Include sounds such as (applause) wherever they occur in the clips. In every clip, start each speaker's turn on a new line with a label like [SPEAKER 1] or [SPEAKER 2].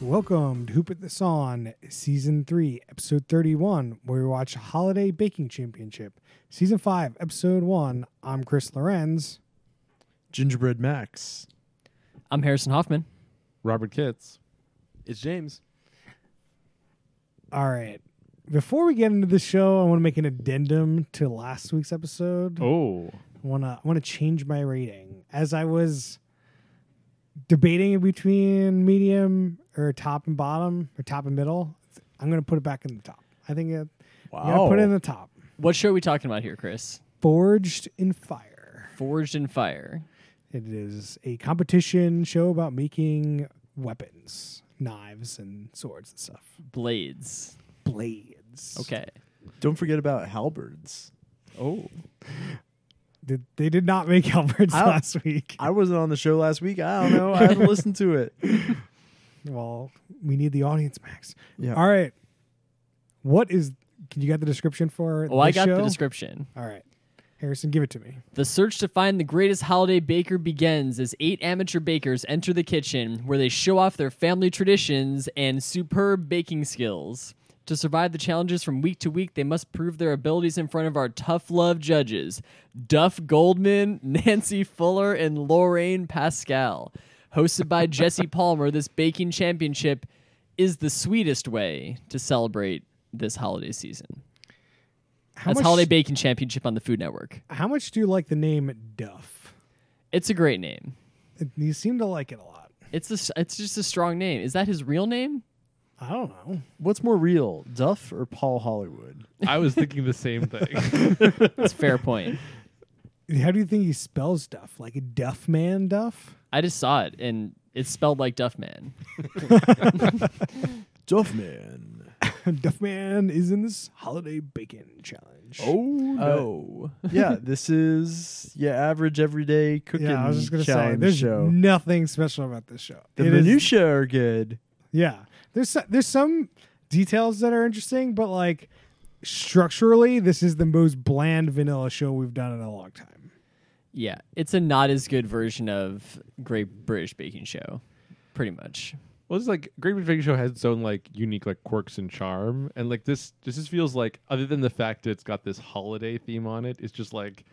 [SPEAKER 1] Welcome to Who Put This On, Season 3, Episode 31, where we watch Holiday Baking Championship, Season 5, Episode 1. I'm Chris Lorenz.
[SPEAKER 2] Gingerbread Max,
[SPEAKER 3] I'm Harrison Hoffman.
[SPEAKER 2] Robert Kitts. It's James.
[SPEAKER 1] All right. Before we get into the show, I want to make an addendum to last week's episode.
[SPEAKER 2] Oh,
[SPEAKER 1] want to want to change my rating as I was debating between medium or top and bottom or top and middle. I'm going to put it back in the top. I think it, wow. got to put it in the top.
[SPEAKER 3] What show are we talking about here, Chris?
[SPEAKER 1] Forged in Fire.
[SPEAKER 3] Forged in Fire.
[SPEAKER 1] It is a competition show about making weapons, knives and swords and stuff.
[SPEAKER 3] Blades.
[SPEAKER 1] Blades.
[SPEAKER 3] Okay.
[SPEAKER 4] Don't forget about halberds.
[SPEAKER 2] oh,
[SPEAKER 1] Did, they did not make (laughs) Albert's
[SPEAKER 4] I-
[SPEAKER 1] last week.
[SPEAKER 4] I wasn't on the show last week. I don't know. I
[SPEAKER 1] (laughs)
[SPEAKER 4] haven't listened to it.
[SPEAKER 1] well, we need the audience, Max.
[SPEAKER 4] Yeah.
[SPEAKER 1] All right. What is? Can you get the description for?
[SPEAKER 3] Oh, I
[SPEAKER 1] this
[SPEAKER 3] got
[SPEAKER 1] show?
[SPEAKER 3] the description.
[SPEAKER 1] All right, Harrison, give it to me.
[SPEAKER 3] The search to find the greatest holiday baker begins as eight amateur bakers enter the kitchen where they show off their family traditions and superb baking skills. To survive the challenges from week to week, they must prove their abilities in front of our tough love judges Duff Goldman, (laughs) Nancy Fuller, and Lorraine Pascal. Hosted by Jesse Palmer, this baking championship is the sweetest way to celebrate this holiday season.
[SPEAKER 1] How
[SPEAKER 3] That's
[SPEAKER 1] much?
[SPEAKER 3] Holiday Baking Championship on the Food Network.
[SPEAKER 1] How much do you like the name Duff?
[SPEAKER 3] It's a great name.
[SPEAKER 1] It, you seem to like it a lot.
[SPEAKER 3] It's a, s- it's just a strong name. Is that his real name?
[SPEAKER 1] I don't know.
[SPEAKER 4] What's more real, Duff or Paul Hollywood?
[SPEAKER 2] I was thinking the (laughs) same thing.
[SPEAKER 3] That's a fair point.
[SPEAKER 1] How do you think he spells Duff? Like Duff Man Duff?
[SPEAKER 3] I just saw it and it's spelled like Duffman.
[SPEAKER 4] Duff man.
[SPEAKER 1] (laughs) Duff Man is in this holiday bacon challenge.
[SPEAKER 2] Oh,
[SPEAKER 4] no. Uh,
[SPEAKER 1] (laughs)
[SPEAKER 4] yeah, this is your average everyday cooking
[SPEAKER 1] yeah. I was just gonna say,
[SPEAKER 4] challenge
[SPEAKER 1] there's
[SPEAKER 4] show.
[SPEAKER 1] nothing special about this show.
[SPEAKER 4] the
[SPEAKER 1] It is-
[SPEAKER 4] minutia are good.
[SPEAKER 1] Yeah, there's so- there's some details that are interesting, but like structurally, this is the most bland vanilla show we've done in a long time.
[SPEAKER 3] Yeah, it's a not as good version of Great British Baking Show, pretty much.
[SPEAKER 2] well, it's like Great British Baking Show has its own like unique like quirks and charm, and like this, this just feels like other than the fact that it's got this holiday theme on it, it's just like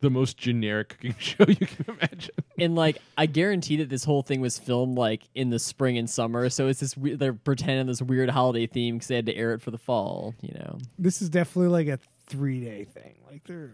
[SPEAKER 2] the most generic cooking (laughs) show you can imagine.
[SPEAKER 3] And like, I guarantee that this whole thing was filmed like in the spring and summer, so it's this we- they're pretending this weird holiday theme because they had to air it for the fall. You know,
[SPEAKER 1] This is definitely like a three day thing. Like they're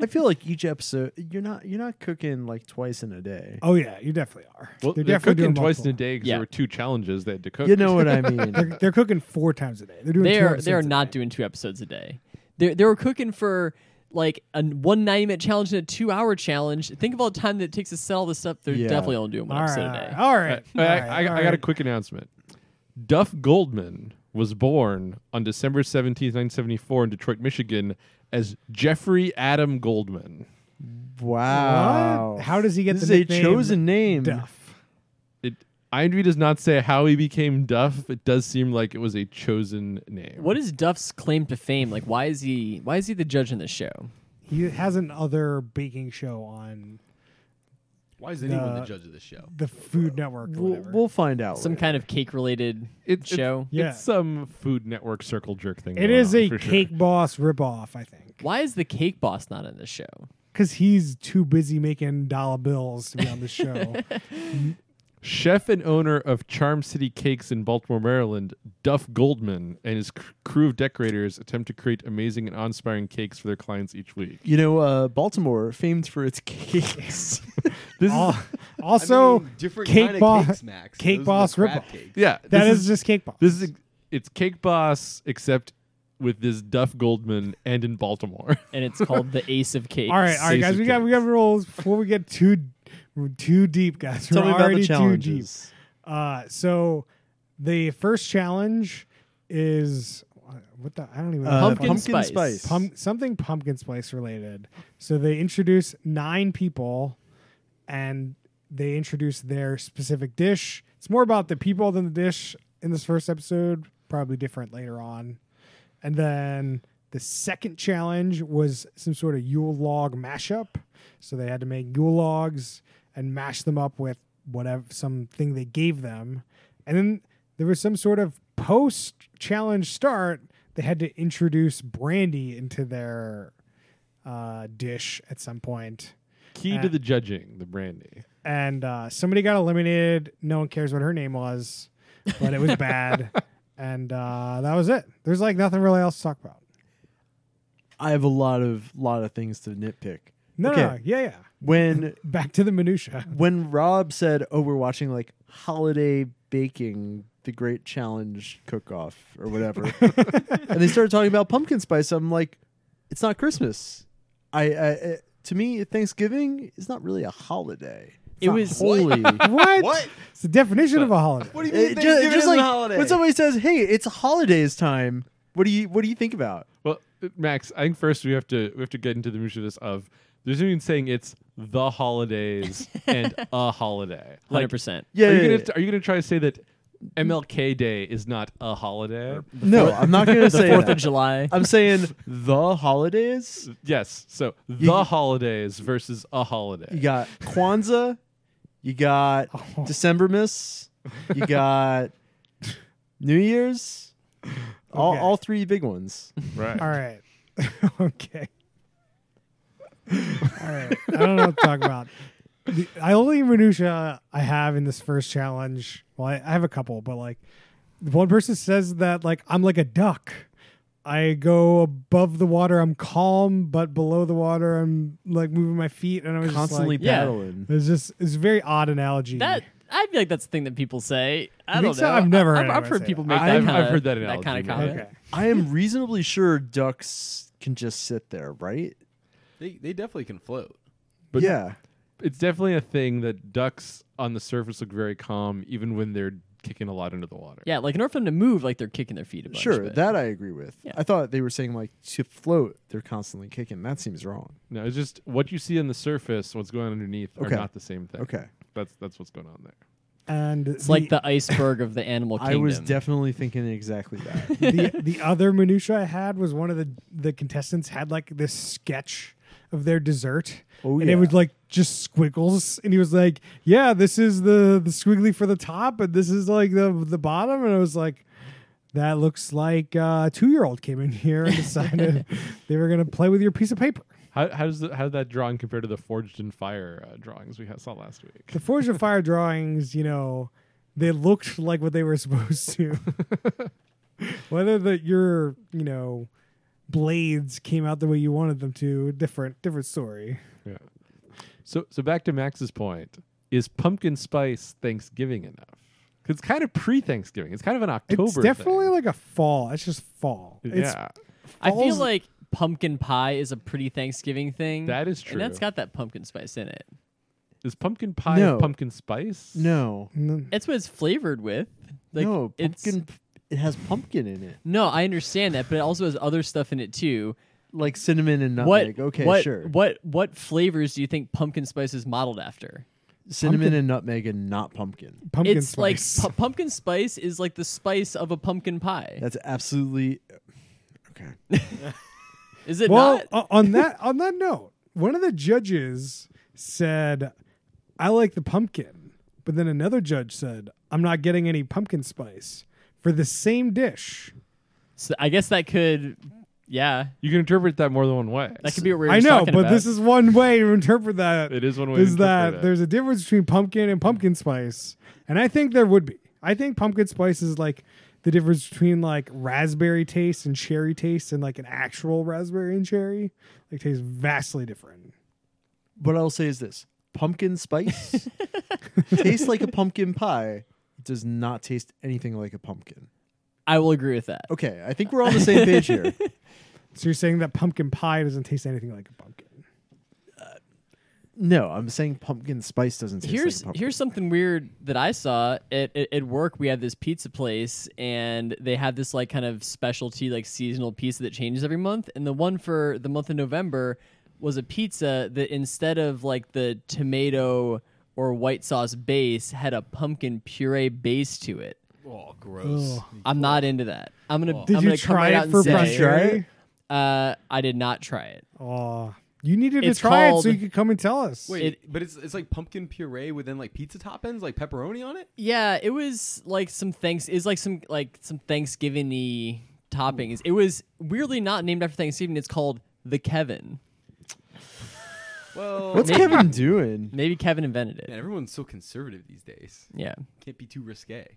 [SPEAKER 4] I feel like each episode you're not you're not cooking like twice in
[SPEAKER 1] (laughs)
[SPEAKER 4] a day.
[SPEAKER 1] oh yeah, you definitely are.
[SPEAKER 2] Well, they're,
[SPEAKER 1] definitely
[SPEAKER 2] cooking
[SPEAKER 1] doing
[SPEAKER 2] twice in a
[SPEAKER 1] multiple.
[SPEAKER 2] day because
[SPEAKER 3] Yeah.
[SPEAKER 2] there were two challenges they had to cook.
[SPEAKER 4] You
[SPEAKER 2] (laughs)
[SPEAKER 4] know what
[SPEAKER 1] (laughs)
[SPEAKER 4] I mean?
[SPEAKER 1] They're, they're cooking four times a day. They're doing.
[SPEAKER 3] they
[SPEAKER 1] two
[SPEAKER 3] are
[SPEAKER 1] episodes
[SPEAKER 3] they are
[SPEAKER 1] a
[SPEAKER 3] not
[SPEAKER 1] day.
[SPEAKER 3] doing two episodes a day. They they were cooking for like a one ninety minute challenge and a two hour challenge. Think of all the time that it takes to sell this up. They're
[SPEAKER 4] Yeah.
[SPEAKER 3] definitely only doing one
[SPEAKER 1] All right,
[SPEAKER 3] episode
[SPEAKER 1] all
[SPEAKER 3] a
[SPEAKER 1] right, Oh.
[SPEAKER 3] day.
[SPEAKER 1] all right.
[SPEAKER 2] I, I- I, I got a quick announcement. Duff Goldman was born on December 17th, 1974, in Detroit, Michigan, as Jeffrey Adam Goldman.
[SPEAKER 4] Wow.
[SPEAKER 1] What? How does he get
[SPEAKER 4] this
[SPEAKER 1] the
[SPEAKER 4] is a
[SPEAKER 1] nickname
[SPEAKER 4] chosen name?
[SPEAKER 1] Duff.
[SPEAKER 2] It, IMDb does not say how he became Duff. It does seem like it was a chosen name.
[SPEAKER 3] What is Duff's claim to fame? Like, why is he why is he the judge in this show?
[SPEAKER 1] He has another baking show on
[SPEAKER 5] Why is anyone
[SPEAKER 1] Uh,
[SPEAKER 5] the judge of the show?
[SPEAKER 1] the Food Network. Or
[SPEAKER 4] We'll,
[SPEAKER 1] whatever.
[SPEAKER 4] we'll find out.
[SPEAKER 3] Some
[SPEAKER 4] later.
[SPEAKER 3] kind of cake related
[SPEAKER 2] It's- it's-
[SPEAKER 3] show.
[SPEAKER 1] yeah,
[SPEAKER 2] It's some Food Network circle jerk thing.
[SPEAKER 1] it
[SPEAKER 2] going
[SPEAKER 1] is
[SPEAKER 2] on,
[SPEAKER 1] a
[SPEAKER 2] for sure.
[SPEAKER 1] cake boss ripoff. I think.
[SPEAKER 3] why is the cake boss not in this show?
[SPEAKER 1] because he's too busy making dollar bills to be on the show.
[SPEAKER 2] Chef and owner of Charm City Cakes in Baltimore, Maryland, Duff Goldman and his cr- crew of decorators attempt to create amazing and awe-inspiring cakes for their clients each week.
[SPEAKER 4] You know, uh, Baltimore famed for its (laughs) cakes. (laughs)
[SPEAKER 2] This is
[SPEAKER 1] Al- also,
[SPEAKER 5] I mean, different
[SPEAKER 1] Cake
[SPEAKER 5] kind
[SPEAKER 1] Bo-
[SPEAKER 5] of cakes, Max.
[SPEAKER 1] Cake
[SPEAKER 5] Those are
[SPEAKER 1] Boss
[SPEAKER 5] the crab
[SPEAKER 1] ripoff.
[SPEAKER 5] cakes.
[SPEAKER 2] Yeah,
[SPEAKER 1] that
[SPEAKER 2] this
[SPEAKER 1] is, just cake boss.
[SPEAKER 2] this is it's Cake Boss except with this Duff Goldman and in Baltimore. (laughs)
[SPEAKER 3] And it's called
[SPEAKER 1] (laughs)
[SPEAKER 3] the Ace of Cakes.
[SPEAKER 1] all right, all right,
[SPEAKER 2] Season
[SPEAKER 1] guys. We got we got rules before we get too we're too deep, guys.
[SPEAKER 4] Tell
[SPEAKER 1] we're
[SPEAKER 4] me about
[SPEAKER 1] already
[SPEAKER 4] the
[SPEAKER 1] too deep.
[SPEAKER 4] challenges.
[SPEAKER 1] Uh, so the first challenge is uh, what the I don't even know.
[SPEAKER 4] Uh,
[SPEAKER 3] Pumpkin spice.
[SPEAKER 1] Pum- something pumpkin spice related. So they introduce nine people and they introduce their specific dish. It's more about the people than the dish in this first episode, probably different later on. And then the second challenge was some sort of Yule log mashup. So they had to make Yule logs and mash them up with whatever something they gave them. And then there was some sort of post challenge start. They had to introduce brandy into their uh, dish at some point,
[SPEAKER 2] Key
[SPEAKER 1] Uh,
[SPEAKER 2] to the judging, the brandy.
[SPEAKER 1] and uh, somebody got eliminated. No one cares what her name was, but it was bad, and uh, that was it. There's like nothing really else to talk about.
[SPEAKER 4] I have a lot of lot of things to nitpick.
[SPEAKER 1] No, no, no,
[SPEAKER 4] Okay.
[SPEAKER 1] yeah, yeah.
[SPEAKER 4] When
[SPEAKER 1] Back to the minutia.
[SPEAKER 4] when Rob said, "Oh, we're watching like holiday baking, the Great Challenge cook-off or whatever," and they started talking about pumpkin spice, I'm like, "It's not Christmas." I, I I- to me, Thanksgiving is not really a holiday. It's
[SPEAKER 3] It
[SPEAKER 4] not
[SPEAKER 3] was-
[SPEAKER 4] holy.
[SPEAKER 3] (laughs)
[SPEAKER 1] what?
[SPEAKER 5] What?
[SPEAKER 1] It's the definition of a holiday.
[SPEAKER 5] What do you mean?
[SPEAKER 4] It Eh, ju-
[SPEAKER 5] Thanksgiving
[SPEAKER 4] just
[SPEAKER 5] is
[SPEAKER 4] like
[SPEAKER 5] a holiday.
[SPEAKER 4] when somebody says, "Hey, it's holidays time," what do you what do you think about?
[SPEAKER 2] Well, uh, Max, I think first we have to we have to get into the mood of this. Of there's no even saying it's
[SPEAKER 4] (laughs)
[SPEAKER 2] the holidays and a holiday.
[SPEAKER 3] Hundred
[SPEAKER 2] Like,
[SPEAKER 3] percent.
[SPEAKER 4] Yeah,
[SPEAKER 2] are you
[SPEAKER 4] yeah,
[SPEAKER 2] gonna
[SPEAKER 4] yeah.
[SPEAKER 2] are you gonna try to say that MLK Day is not a holiday?
[SPEAKER 4] no, I'm not going to say
[SPEAKER 3] Fourth
[SPEAKER 4] that.
[SPEAKER 3] of July.
[SPEAKER 4] I'm saying the holidays.
[SPEAKER 2] Yes. So the
[SPEAKER 4] You-
[SPEAKER 2] holidays versus a holiday.
[SPEAKER 4] You got Kwanzaa. You got Decembermas. You got New Year's. All,
[SPEAKER 1] Okay.
[SPEAKER 4] all three big ones.
[SPEAKER 2] Right.
[SPEAKER 1] All right. (laughs) okay. All right. I don't know what to talk about. The I only minutia I have in this first challenge. Well, I, I have a couple, but like one person says that like I'm like a duck. I go above the water, I'm calm, but below the water, I'm like moving my feet, and I was
[SPEAKER 4] Constantly
[SPEAKER 1] Just (laughs)
[SPEAKER 3] Yeah.
[SPEAKER 4] battling.
[SPEAKER 1] like, it's just it's a very odd analogy.
[SPEAKER 3] That I feel like that's the thing that people say. I
[SPEAKER 1] You
[SPEAKER 3] don't
[SPEAKER 1] think
[SPEAKER 3] know.
[SPEAKER 1] so? I've never
[SPEAKER 3] I've,
[SPEAKER 1] heard
[SPEAKER 3] I've
[SPEAKER 1] anyone
[SPEAKER 3] heard
[SPEAKER 1] say
[SPEAKER 3] people
[SPEAKER 1] that.
[SPEAKER 3] make that.
[SPEAKER 2] I've-
[SPEAKER 3] kinda,
[SPEAKER 2] I've heard that analogy,
[SPEAKER 3] kind of
[SPEAKER 2] yeah.
[SPEAKER 3] comment.
[SPEAKER 1] okay.
[SPEAKER 4] I am reasonably sure ducks can just sit there, right?
[SPEAKER 5] They, they definitely can float.
[SPEAKER 2] But-
[SPEAKER 4] yeah.
[SPEAKER 2] It's definitely a thing that ducks on the surface look very calm, even when they're kicking a lot under the water.
[SPEAKER 3] Yeah, like in order for them to move, like they're kicking their feet a bunch.
[SPEAKER 4] Sure,
[SPEAKER 3] but-
[SPEAKER 4] that I agree with.
[SPEAKER 3] Yeah.
[SPEAKER 4] I thought they were saying like to float, they're constantly kicking. That seems wrong.
[SPEAKER 2] No, it's just what you see on the surface, what's going on underneath,
[SPEAKER 4] Okay.
[SPEAKER 2] are not the same thing.
[SPEAKER 4] Okay.
[SPEAKER 2] That's that's what's going on there.
[SPEAKER 1] And
[SPEAKER 3] it's like the iceberg of the animal
[SPEAKER 4] (laughs)
[SPEAKER 3] kingdom.
[SPEAKER 4] I was definitely thinking exactly that.
[SPEAKER 1] the the other minutia I had was one of the the contestants had like this sketch of their dessert.
[SPEAKER 4] Oh,
[SPEAKER 1] and
[SPEAKER 4] yeah.
[SPEAKER 1] it was like just squiggles and he was like, "Yeah, this is the the squiggly for the top and this is like the the bottom." And I was like, that looks like uh, a 2-year-old came in here and
[SPEAKER 4] (laughs)
[SPEAKER 1] decided they were going to play with your piece of paper.
[SPEAKER 2] How, how does the, how did that drawing compare to the forged in fire uh, drawings we ha- saw last week?
[SPEAKER 1] The Forge of Fire drawings, you know, they looked like what they were (laughs) supposed to. Whether that your, you know, blades came out the way you wanted them to, different different story.
[SPEAKER 2] Yeah. So so back to Max's point, is pumpkin spice Thanksgiving enough? 'Cause It's kind of pre-Thanksgiving. It's kind of an October.
[SPEAKER 1] it's definitely
[SPEAKER 2] thing.
[SPEAKER 1] like a fall. It's just fall. It's
[SPEAKER 2] yeah.
[SPEAKER 3] I feel
[SPEAKER 1] falls-
[SPEAKER 3] like pumpkin pie is a pretty Thanksgiving thing.
[SPEAKER 2] That is true.
[SPEAKER 3] And that's got that pumpkin spice in it.
[SPEAKER 2] Is pumpkin pie
[SPEAKER 4] No.
[SPEAKER 2] pumpkin
[SPEAKER 4] (laughs)
[SPEAKER 2] spice?
[SPEAKER 4] no.
[SPEAKER 1] n-
[SPEAKER 3] That's what it's flavored with. Like,
[SPEAKER 4] no,
[SPEAKER 3] it's-
[SPEAKER 4] pumpkin p- it has pumpkin in it.
[SPEAKER 3] No, I understand that, but it also has other stuff in it too.
[SPEAKER 4] Like cinnamon and
[SPEAKER 3] What?
[SPEAKER 4] nutmeg. okay,
[SPEAKER 3] what,
[SPEAKER 4] sure.
[SPEAKER 3] What what flavors do you think pumpkin spice is modeled after?
[SPEAKER 4] cinnamon
[SPEAKER 1] Pumpkin-
[SPEAKER 4] and nutmeg and not pumpkin.
[SPEAKER 1] pumpkin
[SPEAKER 3] it's
[SPEAKER 1] spice.
[SPEAKER 3] like pu- pumpkin spice is like the spice of a pumpkin pie.
[SPEAKER 4] That's absolutely okay.
[SPEAKER 3] Is it
[SPEAKER 1] well,
[SPEAKER 3] not?
[SPEAKER 1] o- on that on that note, one of the judges said, "I like the pumpkin," but then another judge said, "I'm not getting any pumpkin spice for the same dish."
[SPEAKER 3] So I guess that could, yeah,
[SPEAKER 2] You can interpret that more than one way.
[SPEAKER 3] that could be what we were
[SPEAKER 1] I
[SPEAKER 3] just
[SPEAKER 1] know,
[SPEAKER 3] talking
[SPEAKER 1] but
[SPEAKER 3] about.
[SPEAKER 1] this is one way to interpret that.
[SPEAKER 2] It is one way to
[SPEAKER 1] Is that
[SPEAKER 2] interpret it.
[SPEAKER 1] there's a difference between pumpkin and pumpkin spice, and I think there would be. I think pumpkin spice is like the difference between like raspberry taste and cherry taste, and like an actual raspberry and cherry. Like tastes vastly different.
[SPEAKER 4] What I'll say is this: pumpkin spice tastes like a pumpkin pie. It does not taste anything like a pumpkin.
[SPEAKER 3] I will agree with that.
[SPEAKER 4] Okay, I think we're on the same page here.
[SPEAKER 1] So you're saying that pumpkin pie doesn't taste anything like a pumpkin?
[SPEAKER 4] No, I'm saying pumpkin spice doesn't taste
[SPEAKER 3] here's
[SPEAKER 4] like a pumpkin.
[SPEAKER 3] here's something weird that I saw at, at, at work. We had this pizza place, and they had this like kind of specialty, like seasonal pizza that changes every month. And the one for the month of November was a pizza that instead of like the tomato or white sauce base, had a pumpkin puree base to it.
[SPEAKER 5] Oh, gross.
[SPEAKER 3] I'm not into that. I'm gonna.
[SPEAKER 1] Did
[SPEAKER 3] I'm
[SPEAKER 1] you
[SPEAKER 3] gonna come
[SPEAKER 1] try
[SPEAKER 3] right
[SPEAKER 1] it
[SPEAKER 3] out and
[SPEAKER 1] for
[SPEAKER 3] say-
[SPEAKER 1] pumpkin?
[SPEAKER 4] try it?
[SPEAKER 3] Uh, I did not try it.
[SPEAKER 1] Oh, You needed to
[SPEAKER 3] It's
[SPEAKER 1] try it
[SPEAKER 3] called-
[SPEAKER 1] so you could come and tell us.
[SPEAKER 5] Wait, but it's it's like pumpkin puree with then like pizza toppings, like pepperoni on it.
[SPEAKER 3] Yeah, it was like some thanks is like some like some Thanksgiving y toppings. It was weirdly not named after Thanksgiving, it's called the Kevin.
[SPEAKER 5] Well,
[SPEAKER 4] What's
[SPEAKER 5] man,
[SPEAKER 4] Kevin doing?
[SPEAKER 3] Maybe Kevin invented it.
[SPEAKER 5] everyone's so conservative these days.
[SPEAKER 3] Yeah.
[SPEAKER 5] Can't be too risque.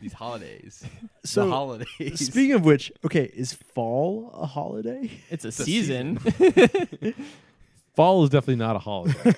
[SPEAKER 5] these holidays,
[SPEAKER 4] So,
[SPEAKER 5] the holidays.
[SPEAKER 4] Speaking of which, okay, is fall a holiday? (laughs)
[SPEAKER 3] It's a
[SPEAKER 5] a
[SPEAKER 3] season.
[SPEAKER 2] Fall is definitely not a holiday.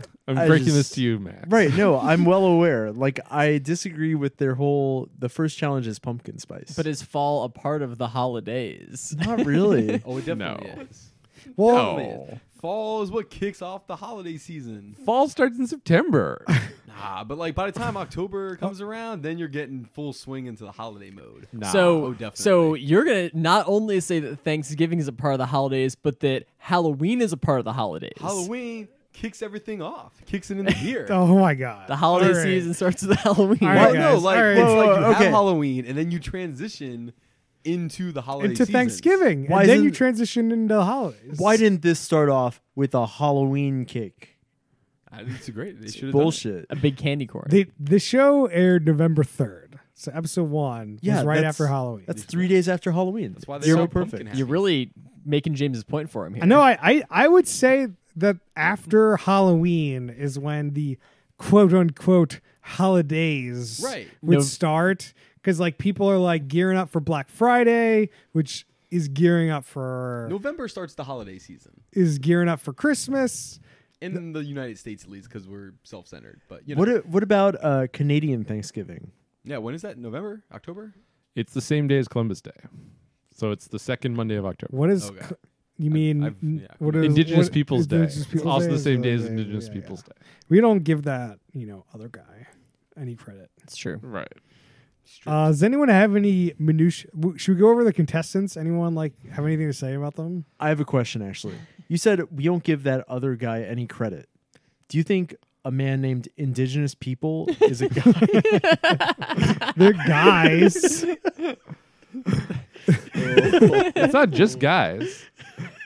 [SPEAKER 4] (laughs)
[SPEAKER 2] I'm
[SPEAKER 4] I
[SPEAKER 2] breaking this
[SPEAKER 4] just-
[SPEAKER 2] to you, Max.
[SPEAKER 4] Right. No, I'm well aware. Like, I disagree with their whole. The first challenge is pumpkin spice,
[SPEAKER 3] (laughs) but is fall a part of the holidays?
[SPEAKER 4] not
[SPEAKER 5] (laughs)
[SPEAKER 4] really.
[SPEAKER 5] oh, it definitely
[SPEAKER 2] No.
[SPEAKER 5] is.
[SPEAKER 1] well,
[SPEAKER 5] Definitely is. Fall is what kicks off the holiday season.
[SPEAKER 2] Fall starts in September.
[SPEAKER 5] Nah, but like by the time October comes around, then you're getting full swing into the holiday mode.
[SPEAKER 2] Nah.
[SPEAKER 3] (laughs) So,
[SPEAKER 5] Oh, definitely.
[SPEAKER 3] so you're gonna not only say that Thanksgiving is a part of the holidays, but that Halloween is a part of the holidays.
[SPEAKER 5] Halloween kicks everything off,
[SPEAKER 1] (laughs)
[SPEAKER 5] kicks it in the gear.
[SPEAKER 1] oh my god.
[SPEAKER 3] The holiday
[SPEAKER 1] All right.
[SPEAKER 3] season starts with Halloween.
[SPEAKER 1] All
[SPEAKER 5] Well,
[SPEAKER 1] right,
[SPEAKER 5] no,
[SPEAKER 1] guys.
[SPEAKER 5] like
[SPEAKER 1] All right.
[SPEAKER 5] it's
[SPEAKER 4] Whoa,
[SPEAKER 5] like
[SPEAKER 4] whoa,
[SPEAKER 5] you
[SPEAKER 4] okay.
[SPEAKER 5] have Halloween and then you transition into the holiday
[SPEAKER 1] into
[SPEAKER 5] seasons.
[SPEAKER 1] Thanksgiving,
[SPEAKER 4] Why
[SPEAKER 1] and then you
[SPEAKER 4] isn't-
[SPEAKER 1] transition into the holidays.
[SPEAKER 4] Why didn't this start off with a Halloween cake?
[SPEAKER 5] I think it's great. They should have
[SPEAKER 4] Bullshit.
[SPEAKER 3] A big candy corn.
[SPEAKER 1] the the show aired November third? So episode one
[SPEAKER 4] Yeah,
[SPEAKER 1] was right
[SPEAKER 4] that's-
[SPEAKER 1] after Halloween.
[SPEAKER 4] That's three days after Halloween.
[SPEAKER 5] That's why they
[SPEAKER 4] You're
[SPEAKER 5] sell
[SPEAKER 4] so
[SPEAKER 5] pumpkin
[SPEAKER 4] perfect.
[SPEAKER 5] hats.
[SPEAKER 3] you're really making James's point for him here.
[SPEAKER 1] I know. I, I I would say that after Halloween is when the quote unquote holidays
[SPEAKER 5] Right.
[SPEAKER 1] would
[SPEAKER 3] No-
[SPEAKER 1] start because like people are like gearing up for Black Friday, which is gearing up for
[SPEAKER 5] Done. November starts the holiday season
[SPEAKER 1] is gearing up for Christmas.
[SPEAKER 5] in the United States at least because we're self-centered. But you know,
[SPEAKER 4] What a- What about uh, Canadian Thanksgiving?
[SPEAKER 5] yeah, when is that? November, October?
[SPEAKER 2] It's the same day as Columbus Day. So it's the second Monday of October.
[SPEAKER 1] What is
[SPEAKER 5] Okay.
[SPEAKER 1] cl- you mean?
[SPEAKER 5] I've- yeah.
[SPEAKER 1] what is
[SPEAKER 2] Indigenous
[SPEAKER 1] what-
[SPEAKER 2] Peoples Day.
[SPEAKER 1] Indigenous
[SPEAKER 2] it's
[SPEAKER 1] Peoples
[SPEAKER 2] also
[SPEAKER 1] Day
[SPEAKER 2] the
[SPEAKER 1] is
[SPEAKER 2] same day as
[SPEAKER 1] yeah,
[SPEAKER 2] Indigenous
[SPEAKER 1] yeah.
[SPEAKER 2] Peoples Day.
[SPEAKER 1] We don't give that you know other guy any credit.
[SPEAKER 3] It's true.
[SPEAKER 2] Right.
[SPEAKER 1] Uh, does anyone have any minutia? w- Should we go over the contestants? Anyone like have anything to say about (laughs) them?
[SPEAKER 4] I have a question,
[SPEAKER 5] (laughs)
[SPEAKER 4] actually. You said we don't give that other guy any credit. Do you think a man named Indigenous
[SPEAKER 5] (laughs)
[SPEAKER 4] People is a guy?
[SPEAKER 1] They're guys,
[SPEAKER 2] it's
[SPEAKER 1] (laughs)
[SPEAKER 2] not just guys.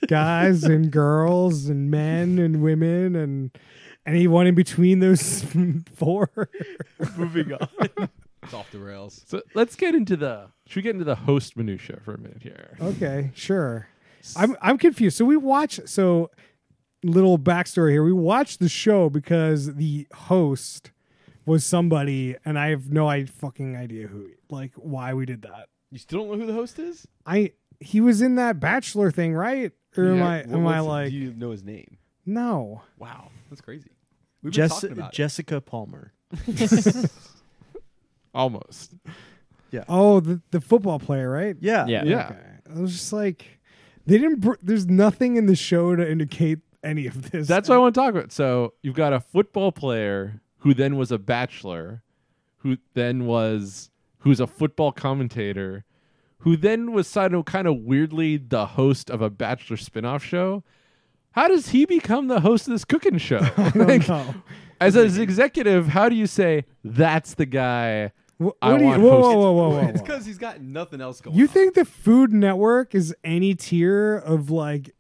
[SPEAKER 1] guys and girls and men and women and anyone in between those (laughs) four.
[SPEAKER 4] Moving on.
[SPEAKER 5] It's off the rails.
[SPEAKER 2] So let's get into the should we get into the host minutia for a minute here?
[SPEAKER 1] Okay, sure. I'm I'm confused. So we watch. So little backstory here. We watched the show because the host was somebody, and I have no I fucking idea who. Like why we did that.
[SPEAKER 5] You still don't know who the host is?
[SPEAKER 1] I he was in that bachelor thing, right? Or am
[SPEAKER 5] Yeah,
[SPEAKER 1] I
[SPEAKER 5] what
[SPEAKER 1] am I
[SPEAKER 5] was-
[SPEAKER 1] like
[SPEAKER 5] Do you know his name?
[SPEAKER 1] no?
[SPEAKER 5] Wow, that's crazy. We've been
[SPEAKER 4] Jess-
[SPEAKER 5] talking about it.
[SPEAKER 4] Jessica Palmer.
[SPEAKER 2] Almost.
[SPEAKER 1] Oh, the the football player, right?
[SPEAKER 4] Yeah.
[SPEAKER 3] Yeah.
[SPEAKER 2] Yeah.
[SPEAKER 1] Okay. I was just like, they didn't. Br- there's nothing in the show to indicate any of this.
[SPEAKER 2] That's what I want to talk about. So you've got a football player who then was a bachelor, who then was who's a football commentator, who then was sort of kind of weirdly the host of a bachelor spin-off show. How does he become the host of this cooking show?
[SPEAKER 1] (laughs) I
[SPEAKER 2] Like,
[SPEAKER 1] don't know.
[SPEAKER 2] as an executive, how do you say that's the guy?
[SPEAKER 1] Wh- What,
[SPEAKER 2] I
[SPEAKER 1] do you, whoa,
[SPEAKER 2] want
[SPEAKER 1] whoa,
[SPEAKER 2] host-
[SPEAKER 1] whoa, whoa, whoa,
[SPEAKER 5] (laughs) It's
[SPEAKER 1] whoa.
[SPEAKER 5] because he's got nothing else going.
[SPEAKER 1] You
[SPEAKER 5] on.
[SPEAKER 1] think the Food Network is any tier of like,